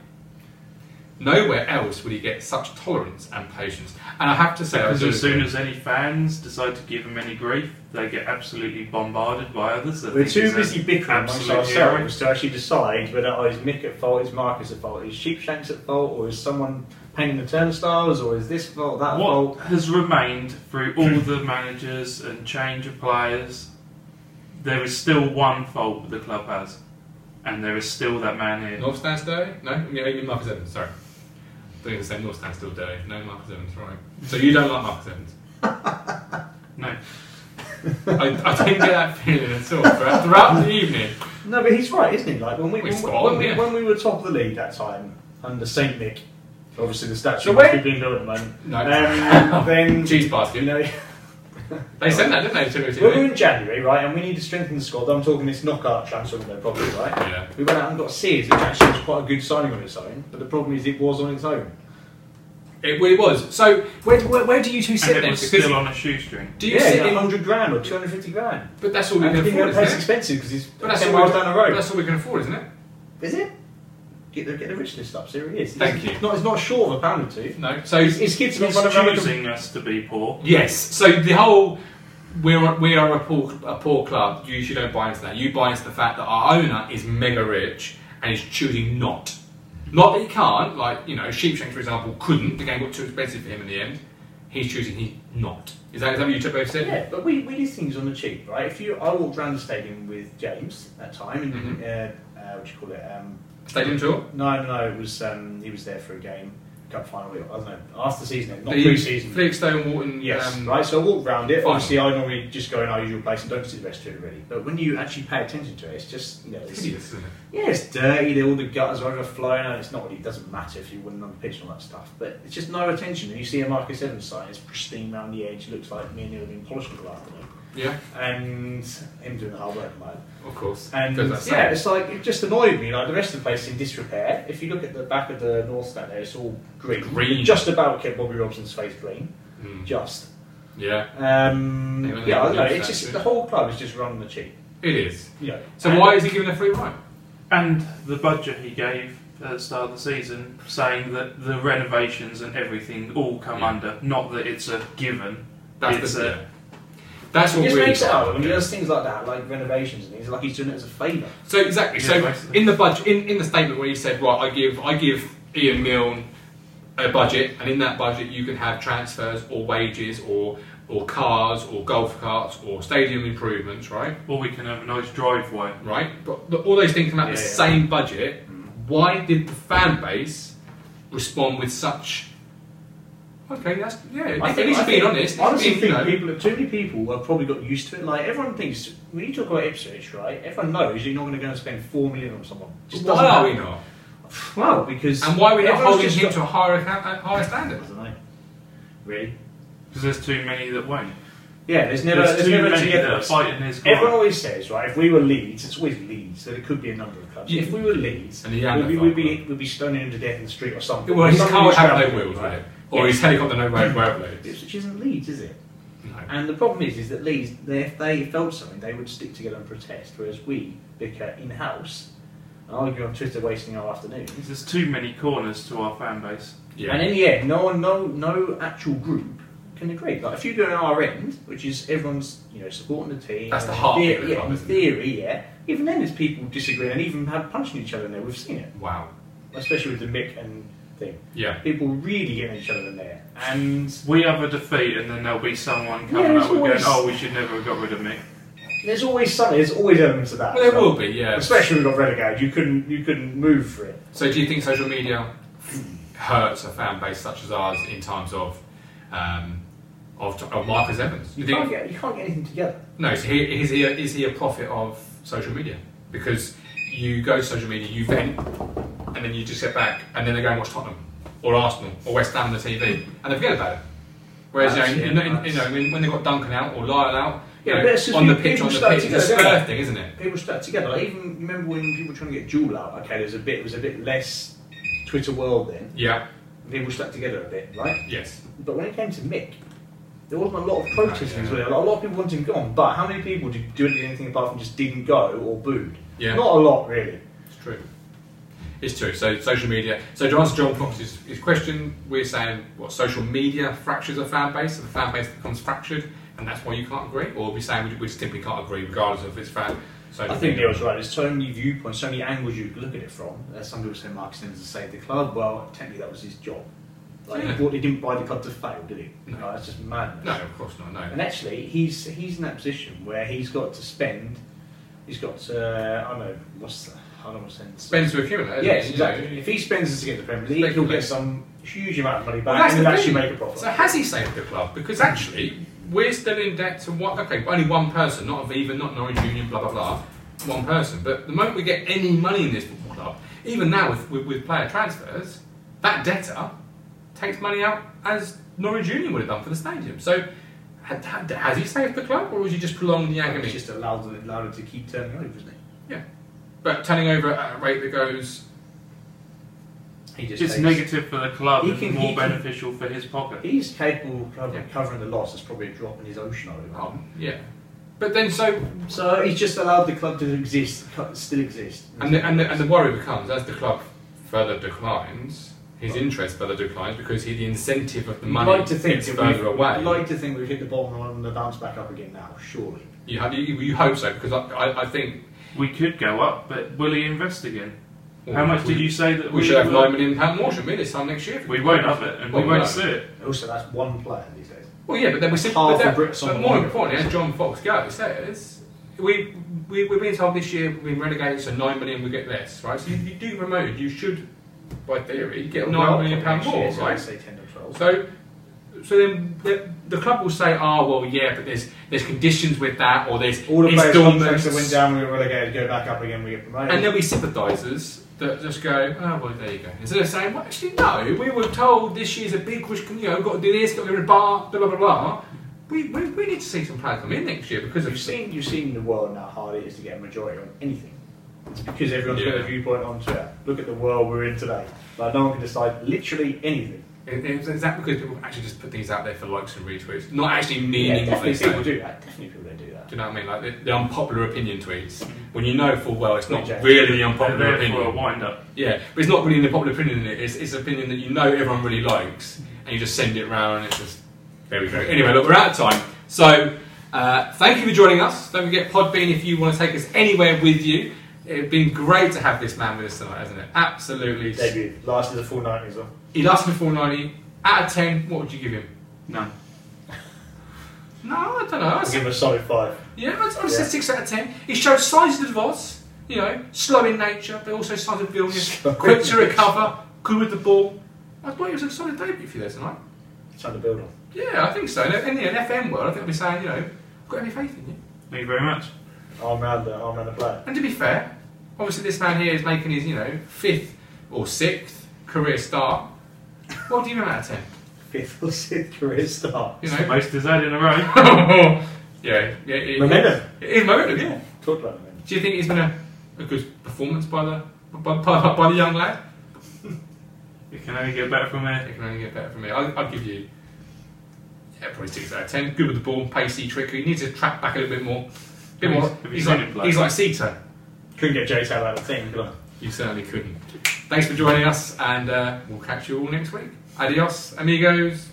Speaker 1: Nowhere else would he get such tolerance and patience. And I have to say, I
Speaker 3: Because
Speaker 1: do
Speaker 3: as soon
Speaker 1: agree.
Speaker 3: as any fans decide to give him any grief, they get absolutely bombarded by others. That
Speaker 2: We're
Speaker 3: think
Speaker 2: too
Speaker 3: he's a
Speaker 2: busy bickering amongst
Speaker 3: absolute hero.
Speaker 2: ourselves to actually decide whether oh, is Mick at fault, is Marcus at fault, is Sheepshanks at fault, or is someone painting the turnstiles, or is this fault, that
Speaker 3: What
Speaker 2: fault?
Speaker 3: has remained through all the managers and change of players, there is still one fault the club has, and there is still that man here.
Speaker 1: North Stands Derby? No, yeah, you mean Marcus Evans. Sorry, don't even say North Stands still Derby. No, Marcus Evans. Right. So you don't like Marcus Evans.
Speaker 3: No,
Speaker 1: I, I didn't get that feeling at all throughout, throughout the evening.
Speaker 2: No, but he's right, isn't he? Like when we,
Speaker 1: We've
Speaker 2: when,
Speaker 1: scored,
Speaker 2: we
Speaker 1: yeah.
Speaker 2: when we were top of the league that time under Saint Nick, obviously the statue
Speaker 1: So
Speaker 2: must
Speaker 1: wait-
Speaker 2: be being built at the moment.
Speaker 1: No.
Speaker 2: Um, then
Speaker 1: Cheese
Speaker 2: you
Speaker 1: basket.
Speaker 2: know,
Speaker 1: They sent that, didn't they? To
Speaker 2: we were
Speaker 1: TV?
Speaker 2: in January, right, and we need to strengthen the squad. I'm talking this knockout transfer window, probably, right?
Speaker 1: Yeah.
Speaker 2: We went out and got Sears, which actually was quite a good signing on its own, but the problem is it was on its own.
Speaker 1: It, well, it was. So where, where, where do you two sit
Speaker 3: and it
Speaker 1: then?
Speaker 3: was
Speaker 1: Because-
Speaker 3: still on a shoestring.
Speaker 1: do you
Speaker 2: yeah,
Speaker 1: sit
Speaker 2: like
Speaker 1: in?
Speaker 2: 100 grand or 250 grand.
Speaker 1: But that's all we
Speaker 2: And
Speaker 1: can
Speaker 2: you think
Speaker 1: afford,
Speaker 2: that place
Speaker 1: isn't it?
Speaker 2: expensive because it's
Speaker 1: But that's
Speaker 2: 10
Speaker 1: all we-
Speaker 2: miles down the
Speaker 1: but
Speaker 2: road.
Speaker 1: that's all we can afford, isn't it?
Speaker 2: Is it? Get the, get the rich list up, so it is.
Speaker 1: Thank
Speaker 2: it's,
Speaker 1: you.
Speaker 2: It's not, it's not short of a pound or two.
Speaker 1: No. So
Speaker 2: His, his kids have
Speaker 3: He's
Speaker 2: got run around with
Speaker 3: choosing us to be poor.
Speaker 1: yes. So the whole we're we are a poor a poor club. You should don't buy into that. You buy into the fact that our owner is mega rich and is choosing not. Not that he can't, like you know, Sheepshanks for example couldn't. The game got too expensive for him in the end. He's choosing he not. Is that is that what you took both said?
Speaker 2: Yeah, but we, we did things on the cheap, right? If you, I walked around the stadium with James at that time, and
Speaker 1: Mm-hmm.
Speaker 2: uh, uh, what do you call it? Um,
Speaker 1: Stadium tour.
Speaker 2: no, no, no, it was um, he was there for a game, cup final. I don't know after the season, not
Speaker 1: The
Speaker 2: pre-season.
Speaker 1: Felixstowe Wharton.
Speaker 2: Yes,
Speaker 1: um,
Speaker 2: right. So I walk round it.
Speaker 1: Fine.
Speaker 2: Obviously, I normally just go in our usual place and don't see the rest of it really. But when you actually pay attention to it, it's just you know, it's,
Speaker 1: hideous, isn't it?
Speaker 2: yeah, it's dirty. All the gutters are overflowing, and it's not. really- It doesn't matter if you wouldn't on the pitch and all that stuff. But it's just no attention. And you see a Marcus Evans sign, it's pristine round the edge. Looks like me and you have been polished all afternoon.
Speaker 1: Yeah,
Speaker 2: And him doing the hard work, man.
Speaker 1: of course.
Speaker 2: And
Speaker 1: Goes without
Speaker 2: yeah,
Speaker 1: saying.
Speaker 2: it's like it just annoyed me. Like the rest of the place in disrepair. If you look at the back of the north stand there, it's all green.
Speaker 1: Green.
Speaker 2: Just about kept Bobby Robson's face green.
Speaker 1: Mm,
Speaker 2: Just.
Speaker 1: yeah,
Speaker 2: Um,
Speaker 1: Yeah, well,
Speaker 2: yeah, I don't know.
Speaker 1: they-
Speaker 2: It's
Speaker 1: they-
Speaker 2: just the whole club is just run on the cheap.
Speaker 1: it is.
Speaker 2: You know.
Speaker 1: So
Speaker 2: And-
Speaker 1: why is he given a free ride?
Speaker 3: And the budget he gave at the start of the season, saying that the renovations and everything all come
Speaker 1: Yeah.
Speaker 3: under, not that it's a given.
Speaker 1: That's
Speaker 3: It's
Speaker 1: the
Speaker 3: a-
Speaker 1: yeah. That's
Speaker 2: He
Speaker 1: what
Speaker 2: just
Speaker 1: we
Speaker 2: makes it up. When he does things like that, like renovations and things, like he's doing it as a favour.
Speaker 1: So exactly.
Speaker 3: Yeah,
Speaker 1: so
Speaker 3: basically.
Speaker 1: in the budget, in, in the statement where he said, right, I give I give Ian Milne a budget, and in that budget you can have transfers or wages or or cars or golf carts or stadium improvements, right?
Speaker 3: Or we can have a nice driveway.
Speaker 1: Right. But the, all those things come out of the
Speaker 2: Yeah, Mm. yeah.
Speaker 1: same budget. Why did the fan base respond with such? Okay, that's yeah. I think, at least being honest.
Speaker 2: I honestly
Speaker 1: being,
Speaker 2: think
Speaker 1: you know,
Speaker 2: people, too many people have probably got used to it. Like everyone thinks when you talk about Ipswich, right? Everyone knows you're not going to go and spend four million on someone. Just
Speaker 1: why
Speaker 2: doesn't
Speaker 1: are we
Speaker 2: happen.
Speaker 1: not?
Speaker 2: Well, because
Speaker 1: And why are we not
Speaker 2: everyone's
Speaker 1: holding
Speaker 2: just
Speaker 1: him
Speaker 2: got-
Speaker 1: to a higher, account, a higher standard?
Speaker 2: I don't know. Really?
Speaker 3: Because there's too many that won't.
Speaker 2: Yeah, there's never there's,
Speaker 3: too
Speaker 2: never
Speaker 3: many that are
Speaker 2: togetherness.
Speaker 3: fighting his corner.
Speaker 2: Everyone always says, right, if we were Leeds, it's always Leeds, so there could be a number of clubs.
Speaker 1: Yeah.
Speaker 2: If we were Leeds,
Speaker 1: And the
Speaker 2: we'd be,
Speaker 1: Yannick
Speaker 2: we'd, be,
Speaker 1: Farmer.
Speaker 2: we'd be stoning him to death in the street or something.
Speaker 1: Well, his
Speaker 2: Something
Speaker 1: car would
Speaker 2: is
Speaker 1: have no
Speaker 2: happening,
Speaker 1: wheels, would
Speaker 2: right?
Speaker 1: it? Or his helicopter no road where blades?
Speaker 2: It's- Which isn't Leeds, is it?
Speaker 1: No.
Speaker 2: And the problem is, is that Leeds, they, if they felt something, they would stick together and protest, whereas we bicker in house and argue on Twitter, wasting our afternoons.
Speaker 3: There's too many corners to our fan base.
Speaker 1: Yeah.
Speaker 2: And in the end, no one, no, no actual group can agree. Like if you go on our end, which is everyone's, you know, supporting the team.
Speaker 1: That's the
Speaker 2: and
Speaker 1: heartbeat
Speaker 2: in
Speaker 1: of the
Speaker 2: theory, yeah,
Speaker 1: club,
Speaker 2: in
Speaker 1: isn't it?
Speaker 2: theory, yeah. Even then, there's people disagreeing and even have punching each other in there. We've seen it,
Speaker 1: wow.
Speaker 2: especially with the Mick and thing.
Speaker 1: Yeah.
Speaker 2: People really getting each other in there, and
Speaker 3: We have a defeat, and then there'll be someone
Speaker 2: Yeah,
Speaker 3: coming
Speaker 2: there's
Speaker 3: up and going,
Speaker 2: always-
Speaker 3: "Oh, we should never have got rid of me."
Speaker 2: there's always something. There's always elements of that.
Speaker 1: Well, there
Speaker 2: So-
Speaker 1: will be, yeah.
Speaker 2: Especially when we got relegated, you couldn't, you couldn't move for it.
Speaker 1: So, do you think social media hurts a fan base such as ours in times of um, of, of Marcus Evans?
Speaker 2: You
Speaker 1: Do you
Speaker 2: can't
Speaker 1: think-
Speaker 2: get, you can't get anything together.
Speaker 1: no. So, he, is he a, is he a prophet of social media? Because you go to social media, you vent, and then you just sit back, and then they go and watch Tottenham or Arsenal or West Ham on the TV, and they forget about it. Whereas you know,
Speaker 2: Absolutely.
Speaker 1: in, in, you know, when- when they got Duncan out or Lyle out, you
Speaker 2: Yeah,
Speaker 1: know,
Speaker 2: but it's just
Speaker 1: on the
Speaker 2: people-
Speaker 1: pitch,
Speaker 2: people
Speaker 1: on the
Speaker 2: start
Speaker 1: pitch,
Speaker 2: to
Speaker 1: it's a
Speaker 2: go, don't
Speaker 1: Spurs
Speaker 2: they?
Speaker 1: thing, isn't it?
Speaker 2: people stuck together. Like even you remember when people were trying to get Jewel out? Okay, there's a bit. It was a bit less Twitter world then.
Speaker 1: Yeah.
Speaker 2: People stuck together a bit, right?
Speaker 1: Yes.
Speaker 2: But when it came to Mick,
Speaker 4: there wasn't a lot of protesting.
Speaker 1: yeah.
Speaker 4: was there? Like, a lot of people wanted him gone, but how many people did do anything apart from just didn't go or booed?
Speaker 1: Yeah.
Speaker 4: Not a lot, really.
Speaker 1: It's true. It's true. So social media. So to answer John Fox's his question, we're saying what social media fractures a fan base, and the fan base becomes fractured, and that's why you can't agree. Or we're saying we, we just simply can't agree, regardless of its fan. So
Speaker 2: I think Neil's right. There's so many viewpoints, so many angles you could look at it from. There's some people say Mark Simmons has saved the club. Well, technically that was his job. Like
Speaker 1: Yeah.
Speaker 2: he, bought, he didn't buy the club to fail, did he?
Speaker 1: No.
Speaker 2: Like, that's just madness.
Speaker 1: No, of course not. No.
Speaker 2: And actually, he's he's in that position where he's got to spend. He's got to. Uh, I don't know what's the. I don't know what's sense.
Speaker 1: Spends to accumulate. isn't
Speaker 2: Yes,
Speaker 1: it? You
Speaker 2: exactly.
Speaker 1: know,
Speaker 2: If he spends this to get the Premier League, he'll get
Speaker 1: Speculation.
Speaker 2: some huge amount of money
Speaker 1: Well,
Speaker 2: back
Speaker 1: that's
Speaker 2: and he'll
Speaker 1: the
Speaker 2: actually
Speaker 1: thing.
Speaker 2: make a profit.
Speaker 1: So has he saved the club? Because actually, we're still in debt to what? Okay, only one person, not Aviva, not Norwich Union, blah blah blah, one person. But the moment we get any money in this football club, even now with with, with player transfers, that debtor takes money out as Norwich Union would have done for the stadium. So. ha- ha- Has he saved the club, or has he just prolonged the agony?
Speaker 2: It's just allowed it allowed it to keep turning over, isn't it?
Speaker 1: but turning over at a rate that goes
Speaker 2: He just
Speaker 3: It's
Speaker 2: takes-
Speaker 3: negative for the club
Speaker 2: He
Speaker 3: and
Speaker 2: can-
Speaker 3: more
Speaker 2: he can-
Speaker 3: beneficial for his pocket.
Speaker 2: He's capable of covering,
Speaker 1: Yeah.
Speaker 2: covering the loss. It's probably a drop in his ocean, I would imagine.
Speaker 1: up, um, yeah. But then, so
Speaker 2: So he's just allowed the club to exist, co- still exist.
Speaker 1: And the, and, the, and the worry becomes as the club further declines, his interest further declines because he, the incentive of the
Speaker 2: You'd
Speaker 1: money
Speaker 2: like to think
Speaker 1: gets
Speaker 2: that
Speaker 1: further
Speaker 2: we've-
Speaker 1: away.
Speaker 2: I'd like to think we've hit the bottom and the bounce back up again now, surely.
Speaker 1: you, have, you, you hope so because I, I, I think
Speaker 3: We could go up, but will he invest again? How much
Speaker 1: we,
Speaker 3: did you say that
Speaker 1: we
Speaker 3: we
Speaker 1: should have
Speaker 3: were-
Speaker 1: nine million pound more, shouldn't we, this time next year? if
Speaker 3: We won't
Speaker 1: go.
Speaker 3: have it, and
Speaker 1: Well,
Speaker 3: we won't
Speaker 1: no.
Speaker 3: see it.
Speaker 2: Also, that's one player these days.
Speaker 1: Well, yeah, but then we said,
Speaker 2: Half
Speaker 1: but,
Speaker 2: a
Speaker 1: that,
Speaker 2: Brit song
Speaker 1: but more
Speaker 2: won.
Speaker 1: importantly, as John Fox goes, says we, we we're being told this year we've been relegated, so nine million we get less, right? So if you do get promoted, you should, by theory, get nine million pound
Speaker 2: Next year,
Speaker 1: more,
Speaker 2: so
Speaker 1: right?
Speaker 2: I'd say 10 to 12.
Speaker 1: So, so then the, the club will say, "Oh, well, yeah, but there's there's conditions with that, or there's
Speaker 2: All the players' contracts that
Speaker 1: installments."
Speaker 2: went down, we were relegated, go back up again, we get promoted.
Speaker 1: And there'll be sympathisers that just go, "Oh, well, there you go." Instead of saying, "Well, actually, no, we were told this year's a big risk. You know, we've got to do this, got to be in a bar, blah blah blah blah." We, we, we need to see some players come in next year because
Speaker 2: you've
Speaker 1: of
Speaker 2: seen you've seen the world and how hard it is to get a majority on anything. It's because everyone's got
Speaker 1: Yeah.
Speaker 2: a viewpoint on Twitter. Look at the world we're in today. Like no one can decide literally anything.
Speaker 1: is, is that because people actually just put things out there for likes and retweets, not actually
Speaker 2: Yeah,
Speaker 1: meaning what
Speaker 2: definitely
Speaker 1: they say.
Speaker 2: people
Speaker 1: Do
Speaker 2: do that. Definitely people that do that.
Speaker 1: you know what I mean? Like the, the unpopular opinion tweets, when you know full well it's not
Speaker 2: Exactly.
Speaker 1: really
Speaker 3: They're
Speaker 1: unpopular
Speaker 3: there
Speaker 1: opinion.
Speaker 3: for a wind up.
Speaker 1: Yeah, but it's not really an popular opinion, is it? It's, it's an opinion that you know everyone really likes, and you just send it round, and it's just very, very. Anyway, look, we're out of time. So, uh, thank you for joining us. Don't forget Podbean if you want to take us anywhere with you. It's been great to have this man with us tonight, hasn't it? Absolutely.
Speaker 2: Debut lasted a full night as well.
Speaker 1: He lasted for 490. Out of 10, what would you give him?
Speaker 3: No.
Speaker 1: No, I don't know. I'd
Speaker 2: I
Speaker 1: say-
Speaker 2: give him a solid five.
Speaker 1: Yeah, I'd, I'd say
Speaker 2: Yeah.
Speaker 1: 6 out of 10. He showed signs of advance, you know, slow in nature, but also signs of illness,
Speaker 2: Slow
Speaker 1: quick
Speaker 2: in
Speaker 1: to recover, good with the ball. I thought he was a solid debut for you there tonight.
Speaker 2: Trying to build on.
Speaker 1: Yeah, I think so. In in the FM world, I think I'll be saying, you know, I've got any faith in you.
Speaker 3: Thank you very much.
Speaker 2: Arm round the arm round the player.
Speaker 1: And to be fair, obviously this man here is making his, you know, fifth or sixth career start. What do you give him out of ten?
Speaker 2: Fifth or sixth career start.
Speaker 1: You
Speaker 3: The
Speaker 1: know?
Speaker 3: most is had in a row.
Speaker 1: yeah, yeah. It,
Speaker 2: Momentum.
Speaker 1: It is momentum, yeah.
Speaker 2: Talk about momentum.
Speaker 1: Do you think it's been a, a good performance by the by, by, by the young lad?
Speaker 3: It can only get better from here.
Speaker 1: It can only get better from here. I'll, I'll give you yeah, probably six out of ten. Good with the ball, pacey, tricky. He needs to track back a little bit more. Bit
Speaker 3: Have you-
Speaker 1: more.
Speaker 3: have you
Speaker 1: He's
Speaker 3: seen
Speaker 1: like,
Speaker 3: him play?
Speaker 1: he's like Sita.
Speaker 2: Couldn't get J-Tab out of the team, could I?
Speaker 1: You certainly couldn't. Thanks for joining us, and uh, we'll catch you all next week. Adios, amigos.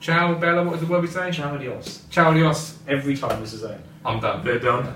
Speaker 1: Ciao, Bella. What was the word we say?
Speaker 2: Charlie Oss.
Speaker 1: Ciao, adios.
Speaker 2: Every time this is on.
Speaker 1: I'm done.
Speaker 3: They're done.